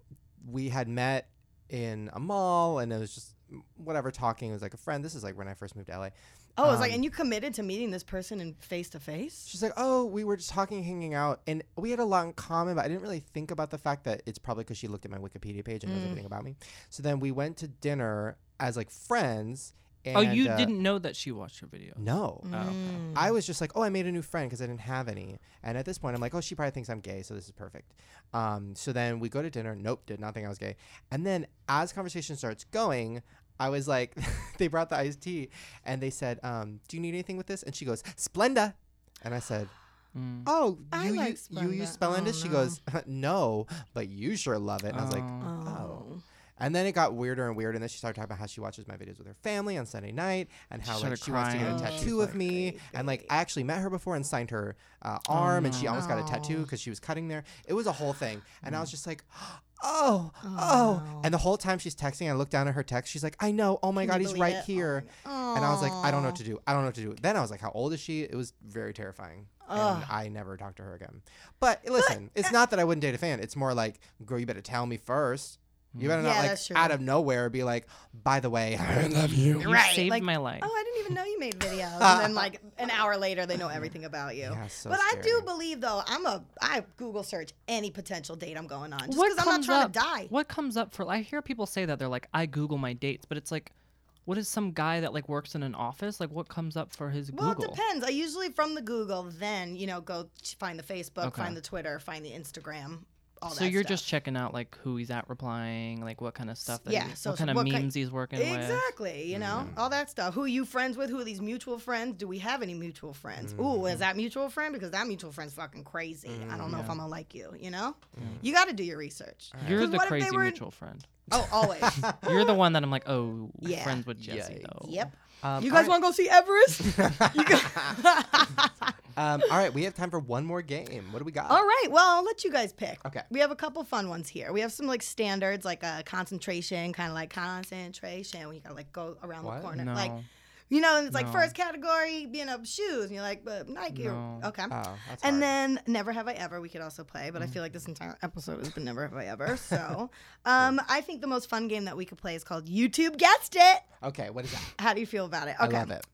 Speaker 2: we had met in a mall, and it was just whatever talking. It was like a friend. This is like when I first moved to LA.
Speaker 1: Oh, it's like,
Speaker 2: Um,
Speaker 1: and you committed to meeting this person in face to face?
Speaker 2: She's like, oh, we were just talking, hanging out, and we had a lot in common, but I didn't really think about the fact that it's probably because she looked at my Wikipedia page
Speaker 3: Mm.
Speaker 2: and knows everything about me. So then we went to dinner as like friends. And,
Speaker 3: oh, you
Speaker 2: uh,
Speaker 3: didn't know that she watched your video.
Speaker 2: No.
Speaker 3: Oh, okay.
Speaker 1: Mm.
Speaker 2: I was just like, oh, I made a new friend because I didn't have any. And at this point, I'm like, oh, she probably thinks I'm gay, so this is perfect. Um, so then we go to dinner. Nope, did not think I was gay. And then as conversation starts going, I was like, they brought the iced tea and they said, um, do you need anything with this? And she goes, Splenda. And I said,
Speaker 3: Mm.
Speaker 2: oh,
Speaker 1: I
Speaker 2: you,
Speaker 1: like
Speaker 2: you, you use
Speaker 1: Splenda. Oh,
Speaker 2: Splenda? she
Speaker 1: no.
Speaker 2: goes, no, but you sure love it. And I was like,
Speaker 3: Oh.
Speaker 2: oh. And then it got weirder and weirder. And then she started talking about how she watches my videos with her family on Sunday night and how like
Speaker 3: started
Speaker 2: she wants to get a
Speaker 3: crying.
Speaker 2: tattoo of me. And like I actually met her before and signed her uh, arm, and she almost got a tattoo because she was cutting there. It was a whole thing. And I was just like, oh, oh. And the whole time she's texting, I look down at her text. She's like, I know. Oh my
Speaker 1: Can
Speaker 2: god,
Speaker 1: you
Speaker 2: he's
Speaker 1: believe
Speaker 2: right
Speaker 1: it? Oh
Speaker 2: here.
Speaker 1: my-
Speaker 2: And I was like, I don't know what to do. I don't know what to do. Then I was like, how old is she? It was very terrifying. And I never talked to her again. But listen,
Speaker 1: uh,
Speaker 2: it's not that I wouldn't date a fan. It's more like, girl, you better tell me first. You better
Speaker 1: Yeah,
Speaker 2: not like
Speaker 1: that's true.
Speaker 2: out of nowhere be like, by the way, I love you.
Speaker 3: You
Speaker 1: Right,
Speaker 3: saved
Speaker 1: like-
Speaker 3: my life.
Speaker 1: Oh, I didn't even know you made videos. and then like an hour later, they know everything about you.
Speaker 2: Yeah, so
Speaker 1: but I do
Speaker 2: scary.
Speaker 1: believe though, I'm a I Google search any potential date I'm going on just
Speaker 3: What
Speaker 1: because I'm not
Speaker 3: comes
Speaker 1: trying
Speaker 3: up-
Speaker 1: to die.
Speaker 3: What comes up for? I hear people say that they're like, I Google my dates, but it's like, what is some guy that like works in an office? Like, what comes up for his
Speaker 1: Well,
Speaker 3: Google?
Speaker 1: it depends. I usually from the Google, then you know, go ch- find the Facebook,
Speaker 3: Okay.
Speaker 1: find the Twitter, find the Instagram. All
Speaker 3: so
Speaker 1: that
Speaker 3: you're
Speaker 1: stuff.
Speaker 3: just checking out like who he's at replying, like what kind of stuff, that
Speaker 1: yeah,
Speaker 3: he-
Speaker 1: so-
Speaker 3: what kind of
Speaker 1: what kind-
Speaker 3: memes he's working with.
Speaker 1: Exactly, you know, all that stuff. Who are you friends with? Who are these mutual friends? Do we have any mutual friends? Ooh,
Speaker 3: Mm-hmm.
Speaker 1: is that mutual friend? Because that mutual friend's fucking crazy. I don't know if I'm gonna like you. You know, you got to do your research.
Speaker 3: You're
Speaker 1: 'Cause
Speaker 3: the
Speaker 1: what if they
Speaker 3: crazy
Speaker 1: were-
Speaker 3: mutual friend.
Speaker 1: Oh, always.
Speaker 3: You're the one that I'm like, oh,
Speaker 1: Yeah.
Speaker 3: friends with Jesse
Speaker 2: Yeah.
Speaker 3: though.
Speaker 1: yep.
Speaker 2: Um,
Speaker 1: you guys
Speaker 2: all
Speaker 1: want to go see Everest?
Speaker 2: right.
Speaker 1: You guys-
Speaker 2: um, all right, we have time for one more game. What do we got?
Speaker 1: all right. Well, I'll let you guys pick.
Speaker 2: Okay.
Speaker 1: We have a couple fun ones here. We have some like standards, like a concentration, kind of like concentration. When you gotta like go around
Speaker 2: What?
Speaker 1: the corner,
Speaker 3: No.
Speaker 1: like you know, and it's like
Speaker 3: No.
Speaker 1: first category, you know, shoes, and you're like, but Nike. or-
Speaker 3: No.
Speaker 1: okay.
Speaker 2: Oh,
Speaker 1: And
Speaker 2: that's hard. Mm.
Speaker 1: then Never Have I Ever, we could also play, but I feel like this entire episode has been Never Have I Ever. So um, I think the most fun game that we could play is called YouTube Guessed It.
Speaker 2: okay, what is that?
Speaker 1: How do you feel about it?
Speaker 2: I love it.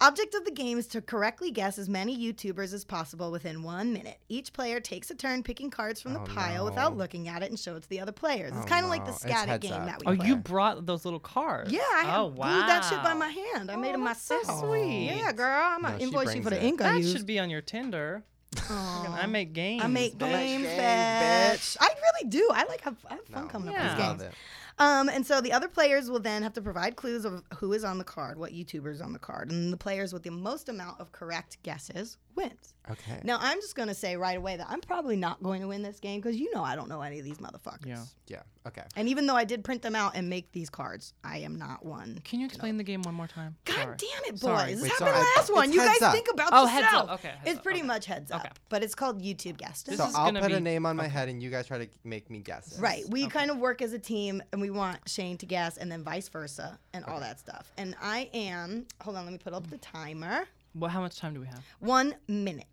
Speaker 1: Object of the game is to correctly guess as many YouTubers as possible within one minute. Each player takes a turn picking cards from the
Speaker 2: Oh,
Speaker 1: pile
Speaker 2: no.
Speaker 1: without looking at it and show it to the other players. It's
Speaker 2: Oh,
Speaker 1: kind of like
Speaker 2: no.
Speaker 1: the
Speaker 2: It's
Speaker 1: Scat It
Speaker 2: heads
Speaker 1: game
Speaker 2: up.
Speaker 1: that we
Speaker 3: Oh,
Speaker 1: play.
Speaker 3: you brought those little cards.
Speaker 1: Yeah, I had
Speaker 3: oh,
Speaker 1: glued that shit by my
Speaker 3: wow.
Speaker 1: hand. I made
Speaker 3: Oh,
Speaker 1: them
Speaker 3: that's so
Speaker 1: myself.
Speaker 3: sweet.
Speaker 1: Yeah, girl, I'm
Speaker 2: No,
Speaker 1: gonna
Speaker 2: she
Speaker 1: invoice you
Speaker 2: brings
Speaker 1: for the
Speaker 2: it.
Speaker 1: ink I
Speaker 3: That
Speaker 1: used.
Speaker 3: should be on your Tinder.
Speaker 1: Aw.
Speaker 3: I make games.
Speaker 1: I make
Speaker 3: bitch.
Speaker 1: games,
Speaker 2: games,
Speaker 1: bitch.
Speaker 2: bitch.
Speaker 1: I really do. I like have, I have fun
Speaker 2: No,
Speaker 1: coming
Speaker 3: Yeah.
Speaker 1: up
Speaker 2: I
Speaker 1: with
Speaker 2: love
Speaker 1: these games.
Speaker 2: it.
Speaker 1: Um, and so the other players will then have to provide clues of who is on the card, what YouTuber is on the card, and the players with the most amount of correct guesses wins.
Speaker 2: Okay.
Speaker 1: Now I'm just gonna say right away that I'm probably not going to win this game because you know I don't know any of these motherfuckers.
Speaker 3: Yeah.
Speaker 2: Yeah. Okay.
Speaker 1: And even though I did print them out and make these cards, I am not one.
Speaker 3: Can you explain the game one more time?
Speaker 1: God
Speaker 3: Sorry.
Speaker 1: damn it, boys!
Speaker 3: Sorry.
Speaker 1: This
Speaker 2: Wait,
Speaker 1: happened
Speaker 2: sorry.
Speaker 1: last
Speaker 2: It's
Speaker 1: one. you
Speaker 2: heads
Speaker 1: guys
Speaker 2: up.
Speaker 1: think about
Speaker 3: Oh,
Speaker 1: yourself.
Speaker 3: heads up. Okay, heads
Speaker 1: it's
Speaker 3: up.
Speaker 1: pretty
Speaker 3: Okay.
Speaker 1: much heads up.
Speaker 3: Okay.
Speaker 1: But it's called YouTube Guess
Speaker 3: This
Speaker 1: It.
Speaker 2: so
Speaker 3: is
Speaker 2: I'll
Speaker 3: gonna
Speaker 2: put a
Speaker 3: be-
Speaker 2: name on my head, and you guys try to make me guesses.
Speaker 1: Right. We kind of work as a team and we want Shane to guess and then vice versa and all that stuff. And I am, hold on, let me put up the timer.
Speaker 3: Well, how much time do we have?
Speaker 1: One minute.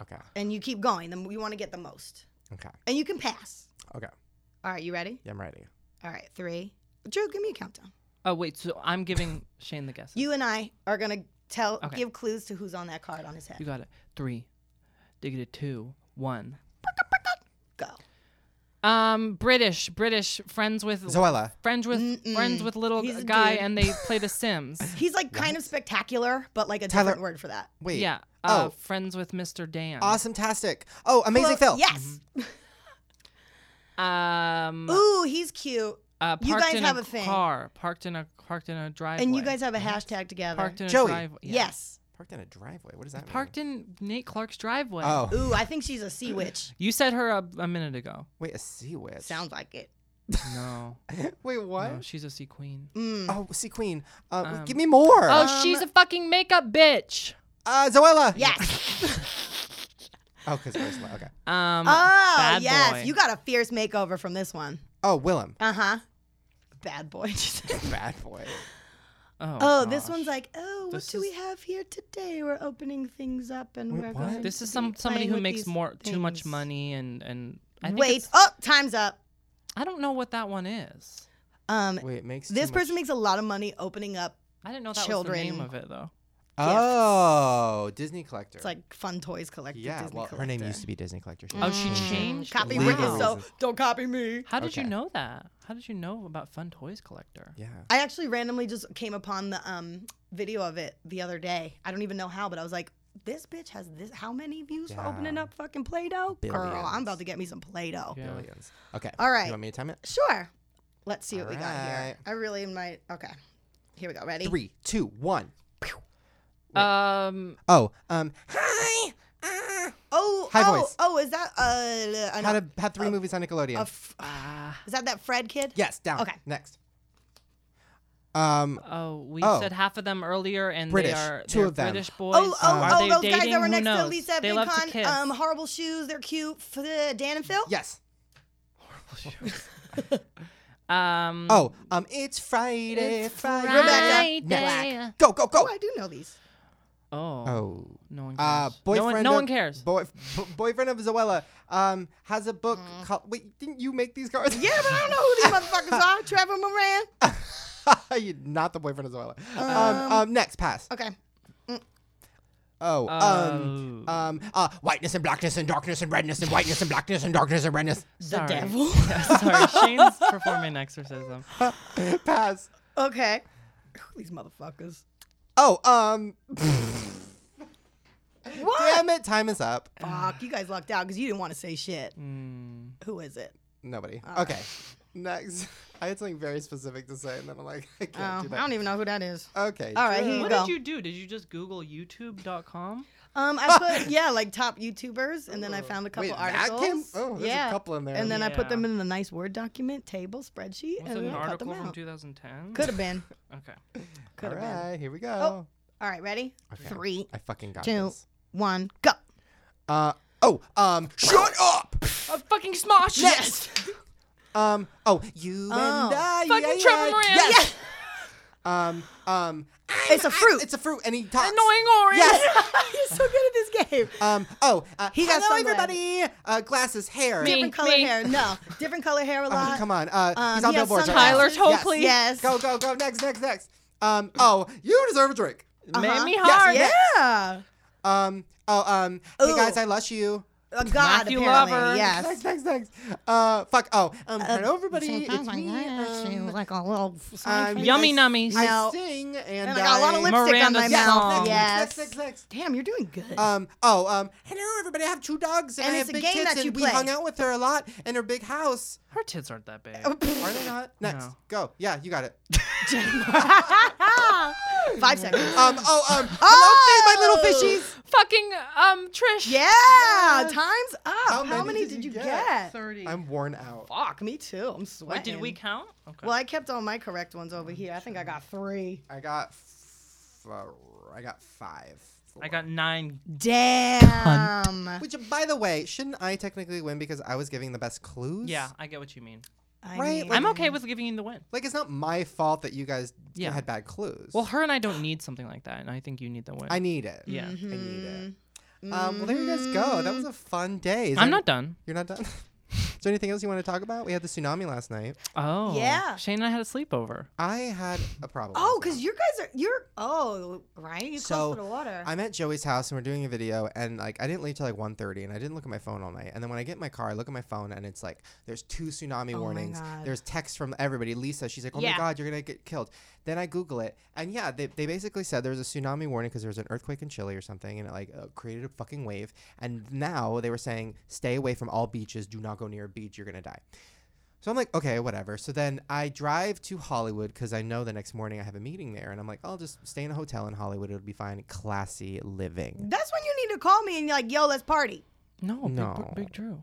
Speaker 2: Okay.
Speaker 1: And you keep going. Then you want to get the most.
Speaker 2: Okay.
Speaker 1: And you can pass.
Speaker 2: Okay.
Speaker 1: All right. You ready?
Speaker 2: Yeah, I'm ready.
Speaker 1: All right. Three. Drew, give me a countdown.
Speaker 3: Oh wait, so I'm giving Shane the guess.
Speaker 1: You and I are going to tell,
Speaker 3: Okay.
Speaker 1: give clues to who's on that card on his
Speaker 3: You
Speaker 1: head.
Speaker 3: got it. Three, diggity two, one.
Speaker 1: Go.
Speaker 3: Um, British, British, friends with
Speaker 2: Zoella.
Speaker 3: friends with friends with little
Speaker 1: He's a
Speaker 3: guy,
Speaker 1: dude.
Speaker 3: and they play The Sims.
Speaker 1: He's like kind of spectacular, but like a
Speaker 2: Tyler-
Speaker 1: different word for that.
Speaker 2: Wait.
Speaker 3: yeah. Uh,
Speaker 2: Oh.
Speaker 3: friends with Mr. Dan.
Speaker 2: Awesome tastic. Oh, amazing
Speaker 1: Well,
Speaker 2: Phil.
Speaker 1: yes.
Speaker 3: Um,
Speaker 1: Ooh, he's cute.
Speaker 3: uh, parked
Speaker 1: you guys
Speaker 3: in
Speaker 1: have
Speaker 3: a,
Speaker 1: a thing.
Speaker 3: car, parked in a parked in a driveway,
Speaker 1: And you guys have a hashtag together.
Speaker 3: parked in a
Speaker 2: Joey.
Speaker 3: driveway. yeah.
Speaker 1: Yes.
Speaker 2: Parked in a driveway. What does that
Speaker 3: parked in Nate Clark's driveway.
Speaker 2: mean? Oh,
Speaker 1: Ooh, I think she's a sea witch.
Speaker 3: you said her a, a minute ago.
Speaker 2: wait, a sea witch.
Speaker 1: Sounds like it.
Speaker 3: No,
Speaker 2: wait, what?
Speaker 3: no, she's a sea queen.
Speaker 1: Mm.
Speaker 2: Oh, sea queen. Uh, w-
Speaker 3: Um,
Speaker 2: give me more.
Speaker 3: Oh, she's a fucking makeup bitch.
Speaker 2: uh, Zoella.
Speaker 1: Yes.
Speaker 2: Oh, because Ursula. Okay.
Speaker 3: Um,
Speaker 1: oh,
Speaker 3: bad
Speaker 1: yes.
Speaker 3: boy.
Speaker 1: You got a fierce makeover from this one.
Speaker 2: Oh, Willem.
Speaker 1: Uh huh. Bad boy. oh,
Speaker 2: Bad boy.
Speaker 3: Oh,
Speaker 1: this
Speaker 3: gosh.
Speaker 1: one's like, oh, what
Speaker 3: This
Speaker 1: do we
Speaker 3: is-
Speaker 1: have here today? We're opening things up and
Speaker 2: Wait,
Speaker 1: we're
Speaker 2: what?
Speaker 1: going.
Speaker 3: This
Speaker 1: to
Speaker 3: is
Speaker 1: be
Speaker 3: some somebody
Speaker 1: playing
Speaker 3: who
Speaker 1: with
Speaker 3: makes
Speaker 1: these
Speaker 3: more too much
Speaker 1: things."
Speaker 3: money and and I think
Speaker 1: Wait.
Speaker 3: it's-
Speaker 1: Oh, time's up.
Speaker 3: I don't know what that one is.
Speaker 1: Um,
Speaker 2: Wait, it makes
Speaker 1: this
Speaker 2: too
Speaker 1: person
Speaker 2: Much...
Speaker 1: makes a lot of money opening up.
Speaker 3: I didn't know that was the name
Speaker 1: Children.
Speaker 3: of it though.
Speaker 2: Oh, Disney collector.
Speaker 1: It's like fun toys collector.
Speaker 2: yeah.
Speaker 1: Disney
Speaker 2: well, her name
Speaker 1: collector.
Speaker 2: used to be Disney collector.
Speaker 3: Oh, she
Speaker 2: changed it.
Speaker 3: changed.
Speaker 1: Copyright
Speaker 2: Legal
Speaker 1: is so.
Speaker 2: reasons.
Speaker 1: Don't copy me.
Speaker 3: How did you
Speaker 2: Okay.
Speaker 3: know that? How did you know about Fun Toys Collector?
Speaker 2: Yeah.
Speaker 1: I actually randomly just came upon the um video of it the other day. I don't even know how, but I was like, this bitch has this how many views for opening
Speaker 2: Yeah.
Speaker 1: up fucking Play-Doh? Girl, I'm about
Speaker 2: Billions.
Speaker 1: to get me some Play-Doh.
Speaker 3: Yeah.
Speaker 2: Billions. Okay.
Speaker 1: All right.
Speaker 2: You want me to time it?
Speaker 1: Sure. Let's see what we got
Speaker 2: Alright.
Speaker 1: here. I really might okay. Here we go. Ready?
Speaker 2: Three, two, one.
Speaker 3: Um,
Speaker 2: Oh, um, hi. Ah.
Speaker 1: Oh,
Speaker 2: High
Speaker 1: oh,
Speaker 2: voice.
Speaker 1: oh, is that uh an,
Speaker 2: Had a, had three movies on Nickelodeon.
Speaker 1: a f- Is that that Fred kid?
Speaker 2: yes, down.
Speaker 1: Okay.
Speaker 2: Next. Um,
Speaker 3: oh, we
Speaker 2: Oh.
Speaker 3: said half of them earlier, and
Speaker 2: British.
Speaker 3: they are
Speaker 2: Two
Speaker 3: they're
Speaker 2: of them.
Speaker 3: British boys.
Speaker 2: um,
Speaker 1: Oh, oh,
Speaker 3: Are
Speaker 1: oh,
Speaker 3: they
Speaker 1: those
Speaker 3: dating?
Speaker 1: guys that were
Speaker 3: Who
Speaker 1: next
Speaker 3: knows?
Speaker 1: to Lisa at
Speaker 3: They love to
Speaker 1: VidCon.
Speaker 3: kiss.
Speaker 1: Um, horrible shoes, they're cute. F- uh, Dan and Phil?
Speaker 2: yes.
Speaker 3: um,
Speaker 2: Oh, um, it's Friday, Friday.
Speaker 1: Rebecca.
Speaker 2: Next. Go, go,
Speaker 1: Oh,
Speaker 2: go.
Speaker 1: I do know these.
Speaker 3: oh,
Speaker 2: Oh.
Speaker 3: no one cares.
Speaker 2: Uh,
Speaker 3: no
Speaker 2: boyfriend
Speaker 3: one, no
Speaker 2: of,
Speaker 3: one cares.
Speaker 2: Boy, b- boyfriend of Zoella um, has a book called. Wait, didn't you make these cards?
Speaker 1: Yeah, but I don't know who these motherfuckers are. Trevor Moran.
Speaker 2: You're not the boyfriend of Zoella. Um, um, next, pass.
Speaker 1: Okay.
Speaker 2: Oh, um,
Speaker 3: Oh.
Speaker 2: um, uh, whiteness and blackness and darkness and redness and whiteness and blackness and darkness and redness.
Speaker 3: Sorry.
Speaker 1: devil.
Speaker 3: Sorry, Shane's performing exorcism.
Speaker 2: Pass.
Speaker 1: Okay. These motherfuckers.
Speaker 2: Oh, um,
Speaker 1: What?
Speaker 2: damn it, time is up.
Speaker 1: Fuck, you guys lucked out because you didn't want to say shit.
Speaker 2: Hmm.
Speaker 1: Who is it?
Speaker 2: Nobody.
Speaker 1: Ah.
Speaker 2: okay, next. I had something very specific to say, and then I'm like, I
Speaker 1: Oh,
Speaker 2: can't
Speaker 1: I
Speaker 2: do that.
Speaker 1: don't even know who that is.
Speaker 2: Okay.
Speaker 1: All right,
Speaker 2: Drew.
Speaker 1: here you
Speaker 3: What
Speaker 1: go.
Speaker 3: did you do? Did you just Google YouTube.com?
Speaker 1: um, I put yeah, like top YouTubers, and then I found a couple
Speaker 2: Uh, Wait, that
Speaker 1: articles.
Speaker 2: came- oh, there's a
Speaker 1: yeah.
Speaker 2: couple in there.
Speaker 1: And then I put
Speaker 3: Yeah.
Speaker 1: them in a nice Word document, table, spreadsheet,
Speaker 3: Was
Speaker 1: and
Speaker 3: it
Speaker 1: then
Speaker 3: an
Speaker 1: I cut them
Speaker 3: article from
Speaker 1: out.
Speaker 3: 2010?
Speaker 1: Could have been.
Speaker 3: Okay.
Speaker 1: Could
Speaker 2: All
Speaker 1: have been.
Speaker 2: right, here we go.
Speaker 1: Oh. All right, ready?
Speaker 2: Okay.
Speaker 1: Three,
Speaker 2: I fucking got
Speaker 1: two,
Speaker 2: this.
Speaker 1: one, go.
Speaker 2: Uh, oh, um, shut up!
Speaker 3: A fucking smosh.
Speaker 1: Yes.
Speaker 2: Um, oh, you
Speaker 1: Oh.
Speaker 2: and I.
Speaker 3: Fucking
Speaker 2: yeah,
Speaker 3: Trevor
Speaker 2: yeah,
Speaker 3: Moran.
Speaker 2: Yes. Um, um,
Speaker 1: It's a fruit.
Speaker 2: it's a fruit, and he talks.
Speaker 3: Annoying orange.
Speaker 2: Yes.
Speaker 1: He's so good at this game.
Speaker 2: um, oh, uh,
Speaker 1: He got
Speaker 2: hello,
Speaker 1: sunglasses.
Speaker 2: everybody. Uh, glasses, hair.
Speaker 3: Me.
Speaker 1: Different color
Speaker 3: me.
Speaker 1: hair. No, different color hair a
Speaker 2: Uh,
Speaker 1: lot.
Speaker 2: come on. Uh,
Speaker 1: Um,
Speaker 2: he's on
Speaker 1: he has
Speaker 2: billboards. right now.
Speaker 3: Tyler
Speaker 1: sunglasses.
Speaker 2: Yes.
Speaker 3: Topley.
Speaker 1: Yes.
Speaker 2: Go, go, go. Next, next, next. Um, oh, you deserve a drink.
Speaker 3: Made me
Speaker 2: Uh-huh.
Speaker 1: Yes, Yeah.
Speaker 3: hard.
Speaker 2: Um, oh, um, hey
Speaker 1: Ooh.
Speaker 2: guys, I love you.
Speaker 1: A god,
Speaker 3: Matthew
Speaker 1: apparently.
Speaker 3: Lover.
Speaker 1: Yes.
Speaker 2: Next, next, next. Uh, fuck. Oh, um, hello everybody.
Speaker 4: She
Speaker 2: It's
Speaker 4: sounds like
Speaker 2: me.
Speaker 4: that. She
Speaker 2: Um,
Speaker 4: was like a little.
Speaker 2: I'm-
Speaker 4: side
Speaker 3: Yummy
Speaker 2: I-
Speaker 3: nummies.
Speaker 2: I
Speaker 1: No.
Speaker 2: sing and,
Speaker 1: And I got a lot of
Speaker 2: I-
Speaker 1: lipstick on
Speaker 3: Miranda
Speaker 1: my
Speaker 3: Song.
Speaker 1: mouth.
Speaker 3: Next,
Speaker 1: Yes.
Speaker 2: Next, next, next.
Speaker 1: Damn, you're doing good.
Speaker 2: Um. Oh. Um. Hello, everybody. I have two dogs, and,
Speaker 1: And
Speaker 2: I
Speaker 1: it's
Speaker 2: have
Speaker 1: a
Speaker 2: big
Speaker 1: game
Speaker 2: kids,
Speaker 1: that you
Speaker 2: and we
Speaker 1: play.
Speaker 2: hung out with her a lot in her big house.
Speaker 3: Her tits aren't
Speaker 2: Oh,
Speaker 3: that big.
Speaker 2: Are they not? Next,
Speaker 3: No.
Speaker 2: go. Yeah, you got it.
Speaker 1: Five seconds.
Speaker 2: Um, oh, um, hello,
Speaker 1: Oh!
Speaker 2: fi- my little fishies.
Speaker 3: Fucking um Trish.
Speaker 1: Yeah, time's up. How many, did, you get?
Speaker 3: Thirty.
Speaker 2: I'm worn out.
Speaker 1: Fuck, me too. I'm sweating.
Speaker 3: Wait, did we count? Okay.
Speaker 1: Well, I kept all my correct ones over here. I think I got three.
Speaker 2: I got, f- I got five.
Speaker 3: I got nine.
Speaker 1: Damn.
Speaker 2: Which, by the way, shouldn't I technically win because I was giving the best clues?
Speaker 3: Yeah, I get what you mean.
Speaker 1: I
Speaker 2: Right,
Speaker 1: mean,
Speaker 2: like-
Speaker 3: I'm okay with giving you the win.
Speaker 2: Like it's not my fault that you guys
Speaker 3: Yeah.
Speaker 2: had bad clues.
Speaker 3: Well, her and I don't need something like that, and I think you need the win.
Speaker 2: I need it.
Speaker 3: Yeah.
Speaker 1: Mm-hmm.
Speaker 2: I need it. Um, well, there you guys go. That was
Speaker 1: Mm.
Speaker 2: a fun day. Is
Speaker 3: I'm
Speaker 2: there-
Speaker 3: not done.
Speaker 2: You're not done. Is there anything else you want to talk about? We had the tsunami last night.
Speaker 3: Oh.
Speaker 1: Yeah.
Speaker 3: Shane and I had a sleepover.
Speaker 2: I had a problem.
Speaker 1: oh,
Speaker 2: last night.
Speaker 1: because you guys are you're oh right, you close
Speaker 2: So,
Speaker 1: to the water.
Speaker 2: I'm at Joey's house and we're doing a video and like I didn't leave till like 1:30 and I didn't look at my phone all night. And then when I get in my car, I look at my phone and it's like there's two tsunami
Speaker 1: Oh my
Speaker 2: warnings.
Speaker 1: God.
Speaker 2: There's text from everybody. Lisa, she's like, "Oh
Speaker 3: Yeah.
Speaker 2: my god, you're going to get killed." Then I google it and yeah, they, they basically said there was a tsunami warning because there was an earthquake in Chile or something and it like uh, created a fucking wave. And now they were saying stay away from all beaches, do not go near a beach, you're going to die. So I'm like, okay, whatever. So then I drive to Hollywood because I know the next morning I have a meeting there, and I'm like, I'll just stay in a hotel in Hollywood. It'll be fine. Classy living.
Speaker 1: That's when you need to call me and you're like, yo, let's party.
Speaker 3: No. Big-
Speaker 2: No.
Speaker 3: Big, Drew.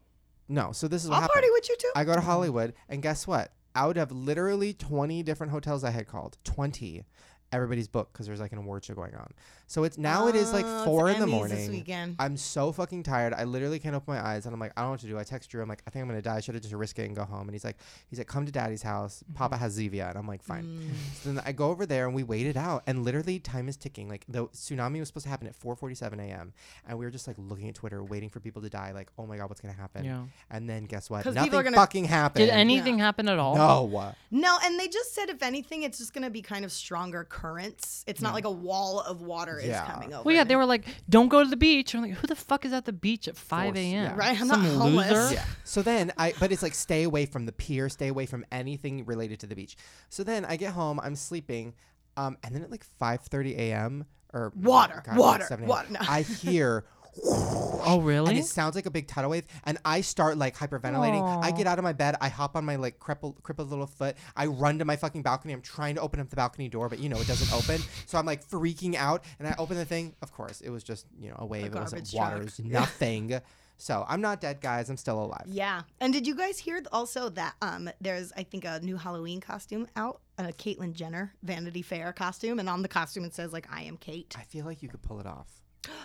Speaker 2: No, so this is what
Speaker 1: I'll
Speaker 2: happened.
Speaker 1: party with you too.
Speaker 2: I go to Hollywood, and guess what? Out of literally 20 different hotels I had called, 20, everybody's booked because there's like an award show going on. So it's now it is like
Speaker 1: Oh, it's
Speaker 2: four in the
Speaker 1: Emmys this
Speaker 2: morning.
Speaker 1: weekend.
Speaker 2: I'm so fucking tired. I literally can't open my eyes, and I'm like, I don't know what to do. I text Drew. I'm like, I think I'm gonna die. I should have just risked it and go home. And he's like, he's like, come to Daddy's house.
Speaker 1: Mm-hmm.
Speaker 2: Papa has Zevia, and I'm like, fine.
Speaker 1: Mm.
Speaker 2: So then I go over there, and we wait it out, and literally time is ticking. Like the tsunami was supposed to happen at 4:47 a.m., and we were just like looking at Twitter, waiting for people to die. Like, oh my god, what's gonna happen?
Speaker 3: Yeah.
Speaker 2: And then guess what?
Speaker 1: 'Cause people
Speaker 2: Nothing
Speaker 1: are gonna-
Speaker 2: fucking happened.
Speaker 3: Did anything happen at all?
Speaker 2: No.
Speaker 1: No, and they just said if anything, it's just gonna be kind of stronger currents. It's not like a wall of water
Speaker 2: Yeah.
Speaker 1: is coming over.
Speaker 3: Well, yeah,
Speaker 1: and
Speaker 3: they were like, "Don't go to the beach." I'm like, "Who the fuck is at the beach at 5
Speaker 2: Force-
Speaker 3: a.m.?"
Speaker 2: yeah.
Speaker 1: Right, I'm
Speaker 3: Some
Speaker 1: not homeless.
Speaker 3: loser.
Speaker 2: Yeah. So then I, but it's like stay away from the pier, stay away from anything related to the beach. So then I get home, I'm sleeping, um, and then at like 5:30 a.m. or
Speaker 1: Water,
Speaker 2: God, like
Speaker 1: water,
Speaker 2: 7 a.m.,
Speaker 1: water. No.
Speaker 2: I hear.
Speaker 3: Oh,
Speaker 2: And
Speaker 3: really?
Speaker 2: it sounds like a big tidal wave, and I start like hyperventilating. I
Speaker 3: Aw.
Speaker 2: get out of my bed, I hop on my like crippled, crippled little foot, I run to my fucking balcony. I'm trying to open up the balcony door, but you know it doesn't open, so I'm like freaking out. And I open the thing. Of course, it was just you know a wave. it wasn't
Speaker 1: garbage truck.
Speaker 2: water. It was nothing. So I'm not dead, guys. I'm still alive.
Speaker 1: Yeah. And did you guys hear th- also that um there's I think a new Halloween costume out, a Caitlyn Jenner Vanity Fair costume, and on the costume it says like I am Kate.
Speaker 2: I feel like you could pull it off,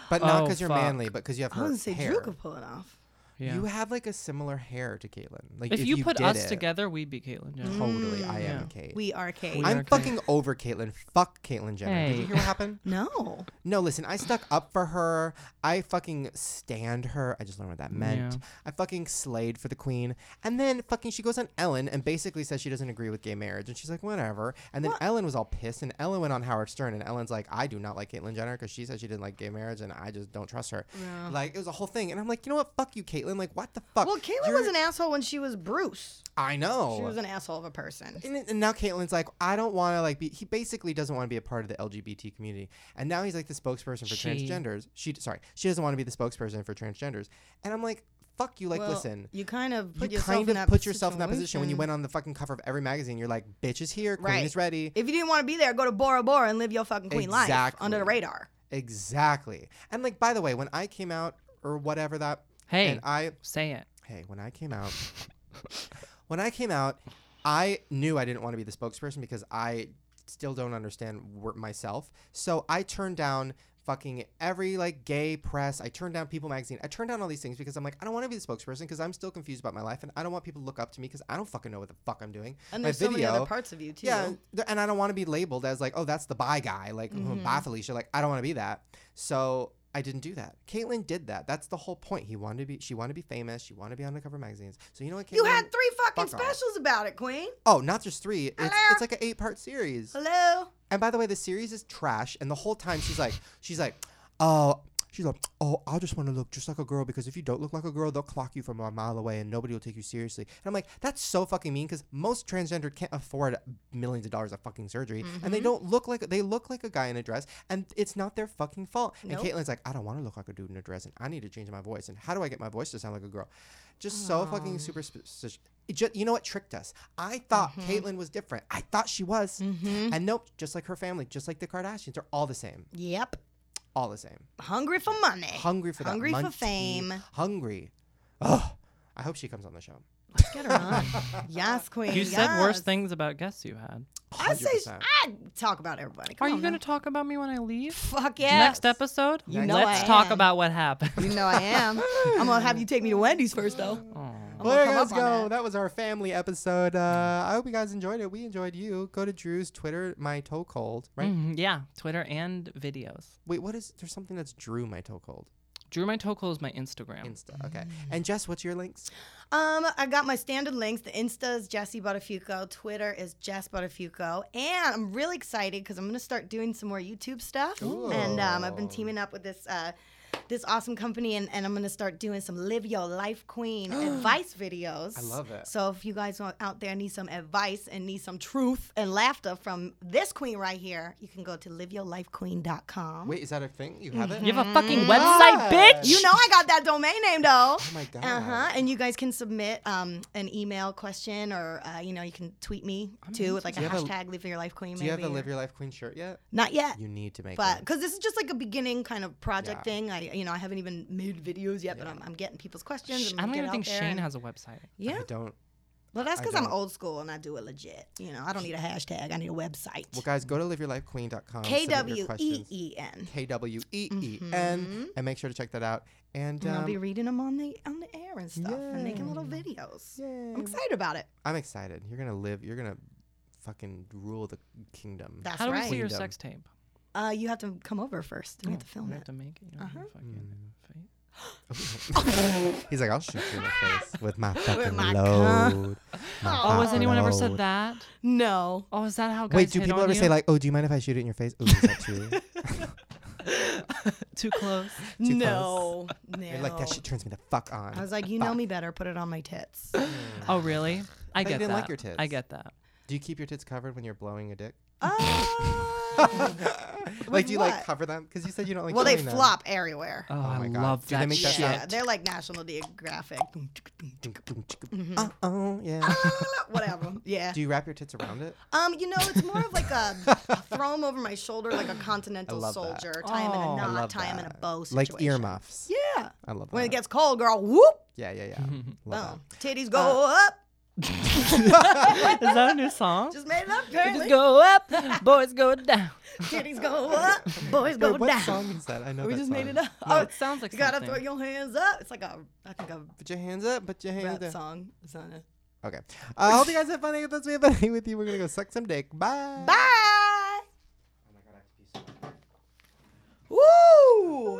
Speaker 2: but not
Speaker 3: Oh,
Speaker 2: because you're
Speaker 3: fuck.
Speaker 2: manly, but because you have
Speaker 1: I was
Speaker 2: her
Speaker 1: gonna say
Speaker 2: hair.
Speaker 1: Drew could pull it off.
Speaker 3: Yeah.
Speaker 2: You have like a similar hair to Caitlyn. Like
Speaker 3: if, you, put
Speaker 2: did
Speaker 3: us
Speaker 2: it, Mm-hmm.
Speaker 3: together, we'd be Caitlyn Jenner.
Speaker 2: totally. I am
Speaker 3: Yeah.
Speaker 2: Kate.
Speaker 1: We are Kate.
Speaker 3: We
Speaker 2: I'm
Speaker 3: are Kate.
Speaker 2: fucking over Caitlyn. Fuck Caitlyn Jenner. Did you
Speaker 3: Hey.
Speaker 2: hear what happened?
Speaker 1: no.
Speaker 2: No, listen, I stuck up for her. I fucking stand her. I just learned what that meant.
Speaker 3: Yeah.
Speaker 2: I fucking slayed for the queen. And then fucking she goes on Ellen and basically says she doesn't agree with gay marriage. And she's like, whatever. And then Ellen was all pissed. And Ellen went on Howard Stern. And Ellen's like, I do not like Caitlyn Jenner because she said she didn't like gay marriage. And I just don't trust her. Like, it was a whole thing. And I'm like, you know what? Fuck you, Caitlyn. Like, what the fuck?
Speaker 1: Well, Caitlyn
Speaker 2: You're-
Speaker 1: was an asshole when she was Bruce.
Speaker 2: I know.
Speaker 1: She was an asshole of a person.
Speaker 2: And, and now Caitlyn's like, I don't want to like be. He basically doesn't want to be a part of the LGBT community, and now he's like the spokesperson for
Speaker 3: She.
Speaker 2: transgenders. She sorry, she doesn't want to be the spokesperson for transgenders, and I'm like, fuck you. Like,
Speaker 1: Well,
Speaker 2: listen,
Speaker 1: You kind of
Speaker 2: you
Speaker 1: put yourself
Speaker 2: kind
Speaker 1: in
Speaker 2: of
Speaker 1: that
Speaker 2: put yourself in that position when you went on the fucking cover of every magazine. You're like, bitch is here, queen
Speaker 1: Right.
Speaker 2: is ready.
Speaker 1: If you didn't want to be there, go to Bora Bora and live your fucking queen life
Speaker 2: Exactly.
Speaker 1: under the radar.
Speaker 2: Exactly. And like, by the way, when I came out or whatever that,
Speaker 3: Hey.
Speaker 2: and I
Speaker 3: Say it.
Speaker 2: hey, when I came out, when I came out, I knew I didn't want to be the spokesperson because I still don't understand wor- myself. So I turned down fucking every like gay press. I turned down People Magazine. I turned down all these things because I'm like, I don't want to be the spokesperson because I'm still confused about my life and I don't want people to look up to me because I don't fucking know what the fuck I'm doing.
Speaker 1: And
Speaker 2: my
Speaker 1: there's so many other parts of you too.
Speaker 2: yeah, th- and I don't want to be labeled as like, oh, that's the bi guy, like
Speaker 1: Mm-hmm.
Speaker 2: mm bye Felicia. Like I don't want to be that. So I didn't do that. Caitlyn did that. That's the whole point. He wanted to be. She wanted to be famous. She wanted to be on the cover of magazines. So you know what? Caitlyn,
Speaker 1: You had three fucking
Speaker 2: Fuck off.
Speaker 1: specials about it, Queen.
Speaker 2: Oh, not just three. It's,
Speaker 1: Hello?
Speaker 2: it's like an eight part series.
Speaker 1: Hello.
Speaker 2: And by the way, the series is trash. And the whole time she's like, she's like, oh, She's like, oh, I just want to look just like a girl because if you don't look like a girl, they'll clock you from a mile away and nobody will take you seriously. And I'm like, that's so fucking mean because most transgender can't afford millions of dollars of fucking surgery and they don't look like they look like a guy in a dress and it's not their fucking fault.
Speaker 1: Nope.
Speaker 2: And Caitlin's like, I don't want to look like a dude in a dress and I need to change my voice and how do I get my voice to sound like a girl? Just so fucking superstitious. It just, you know what tricked us? I thought Caitlyn was different. I thought she was.
Speaker 1: Mm-hmm.
Speaker 2: And nope, just like her family, just like the Kardashians, are all the same.
Speaker 1: Yep.
Speaker 2: All the same
Speaker 1: Hungry for money.
Speaker 2: hungry for that
Speaker 1: Hungry for
Speaker 2: munchie,
Speaker 1: fame.
Speaker 2: hungry oh i hope she comes on the show
Speaker 1: Let's get her on. yes, queen.
Speaker 3: You said worse
Speaker 1: yes.
Speaker 3: things about guests you had.
Speaker 1: I say
Speaker 2: 100%.
Speaker 1: I talk about everybody. Come
Speaker 3: Are you
Speaker 1: on
Speaker 3: going to
Speaker 1: now.
Speaker 3: talk about me when I leave?
Speaker 1: Fuck yeah.
Speaker 3: Next episode,
Speaker 1: You know
Speaker 3: let's
Speaker 1: I
Speaker 3: talk
Speaker 1: am.
Speaker 3: about what happened.
Speaker 1: You know I am. I'm gonna have you take me to Wendy's first though.
Speaker 3: Aw.
Speaker 1: I'm
Speaker 2: well,
Speaker 1: gonna
Speaker 2: there you
Speaker 1: come up
Speaker 2: guys
Speaker 1: on
Speaker 2: go.
Speaker 1: that.
Speaker 2: That. was our family episode. Uh, I hope you guys enjoyed it. We enjoyed you. Go to Drew's Twitter, My Toe Cold, right?
Speaker 1: Mm-hmm.
Speaker 3: Mhm, yeah, Twitter and videos.
Speaker 2: Wait, what is there's something that's Drew My Toe Cold
Speaker 3: Drew My Toco is my
Speaker 1: Oh.
Speaker 3: Instagram.
Speaker 2: Insta. Okay. And Jess, what's your links?
Speaker 1: Um, I got my standard links. The Insta is Jesse Buttafuoco. Twitter is Jess Buttafuoco. And I'm really excited because I'm gonna start doing some more YouTube stuff. And um, I've been
Speaker 2: Cool.
Speaker 1: teaming up with this uh, this awesome company, and, and I'm gonna start doing some Live Your Life Queen advice videos.
Speaker 2: I love it.
Speaker 1: So if you guys want- out there need some advice and need some truth and laughter from this queen right here, you can go to liveyourlifequeen.com.
Speaker 2: Wait, is that a thing? You have it?
Speaker 1: Mm-hmm.
Speaker 3: You have a fucking
Speaker 2: Mm.
Speaker 3: website,
Speaker 2: Yes.
Speaker 3: bitch.
Speaker 1: You know I got that domain name though.
Speaker 2: Oh my god.
Speaker 1: Uh huh. And you guys can submit um, an email question, or uh, you know, you can tweet me too with like a
Speaker 2: Do you have a-
Speaker 1: hashtag "Live Your Life Queen."
Speaker 2: Do you have
Speaker 1: maybe,
Speaker 2: the
Speaker 1: or-
Speaker 2: Live Your Life Queen shirt yet?
Speaker 1: Not yet,
Speaker 2: You need to make
Speaker 1: but
Speaker 2: one.
Speaker 1: because this is just like a beginning kind of project
Speaker 2: Yeah.
Speaker 1: thing. I, you know, I haven't even made videos yet, but
Speaker 2: Yeah.
Speaker 1: I'm, I'm getting people's questions.
Speaker 3: Sh-
Speaker 1: and
Speaker 3: I don't
Speaker 1: get
Speaker 3: even
Speaker 1: out
Speaker 3: think
Speaker 1: there
Speaker 3: Shane
Speaker 1: and-
Speaker 3: has a website.
Speaker 1: Yeah.
Speaker 2: I don't.
Speaker 1: Well, that's
Speaker 2: I
Speaker 1: because I'm
Speaker 2: don't.
Speaker 1: old school and I do it legit. You know, I don't need a hashtag. I need a website.
Speaker 2: Well, guys, go to liveyourlifequeen.com.
Speaker 1: K
Speaker 2: um, submit your
Speaker 1: W E
Speaker 2: questions.
Speaker 1: E N.
Speaker 2: K W E E N,
Speaker 1: Mhm.
Speaker 2: and make sure to check that out. And,
Speaker 1: And I'll
Speaker 2: um,
Speaker 1: be reading them on the on the air and stuff, and making little
Speaker 2: Yay.
Speaker 1: videos.
Speaker 2: yay.
Speaker 1: I'm excited about it.
Speaker 2: I'm excited. You're gonna live. You're gonna fucking rule the kingdom.
Speaker 1: That's
Speaker 3: How do we
Speaker 1: right.
Speaker 3: see your
Speaker 2: Kingdom.
Speaker 3: sex tape?
Speaker 1: Uh, you have to come over first.
Speaker 2: Oh,
Speaker 1: We have to film
Speaker 3: You
Speaker 1: it.
Speaker 3: have to make it. You know,
Speaker 1: Uh-huh.
Speaker 3: fucking fight.
Speaker 2: He's like, I'll shoot you in the face with my fucking
Speaker 1: my cum.
Speaker 2: load.
Speaker 1: Oh,
Speaker 2: Uh-huh.
Speaker 3: Oh, has
Speaker 1: fucking
Speaker 3: anyone ever
Speaker 2: load.
Speaker 3: said that?
Speaker 1: No.
Speaker 3: Oh, is that how guys
Speaker 2: Wait, do
Speaker 3: hit
Speaker 2: people
Speaker 3: on
Speaker 2: ever
Speaker 3: you?
Speaker 2: say like, "Oh, do you mind if I shoot it in your face"? Ooh, is that true?
Speaker 3: too close?
Speaker 2: Too
Speaker 1: no. No.
Speaker 2: You're like that shit turns me the fuck on.
Speaker 1: I was like, you know me better. Put it on my tits.
Speaker 3: Oh, really? I
Speaker 2: thought you
Speaker 3: get
Speaker 2: didn't
Speaker 3: that.
Speaker 2: like your tits.
Speaker 3: I get that.
Speaker 2: do you keep your tits covered when you're blowing a dick?
Speaker 1: Oh.
Speaker 2: like, do you like
Speaker 1: what?
Speaker 2: cover them? Because you said you don't like.
Speaker 1: well, they
Speaker 2: doing them.
Speaker 1: flop everywhere.
Speaker 3: Oh,
Speaker 2: my
Speaker 3: I
Speaker 2: God.
Speaker 3: love
Speaker 2: Do they
Speaker 3: that
Speaker 2: make that
Speaker 3: shit.
Speaker 1: yeah, they're like National Geographic. Mm-hmm.
Speaker 2: Uh oh, yeah.
Speaker 1: Whatever. Yeah.
Speaker 2: do you wrap your tits around it?
Speaker 1: Um, you know, it's more of like a throw them over my shoulder like a continental
Speaker 2: love that.
Speaker 1: soldier. Tie him in
Speaker 3: Oh,
Speaker 1: a
Speaker 3: I
Speaker 1: knot,
Speaker 2: love
Speaker 1: tie him in a
Speaker 2: that.
Speaker 1: bow
Speaker 2: Like
Speaker 1: situation.
Speaker 2: earmuffs.
Speaker 1: Yeah.
Speaker 2: I love that.
Speaker 1: When it gets cold, girl, whoop,
Speaker 2: yeah, yeah, yeah. love Uh,
Speaker 1: boom. Titties go up.
Speaker 3: Is that a new song?
Speaker 1: Just made it up,
Speaker 3: Just
Speaker 1: apparently.
Speaker 3: go up, boys go down.
Speaker 1: Titties go up. Boys
Speaker 2: that.
Speaker 1: go
Speaker 2: Wait, what
Speaker 1: down.
Speaker 2: song is that? I know
Speaker 1: We
Speaker 2: that
Speaker 1: just made
Speaker 2: song.
Speaker 1: it up.
Speaker 3: Oh, it sounds like
Speaker 1: You gotta
Speaker 3: something.
Speaker 1: throw your hands up. It's like a, I think a
Speaker 2: Put your hands up. Put your hands
Speaker 1: rap
Speaker 2: up.
Speaker 1: song. It's not a-
Speaker 2: Okay. I hope you guys have fun hanging this way. But hanging with you, we're gonna go suck some dick. Bye.
Speaker 1: Bye. Woo!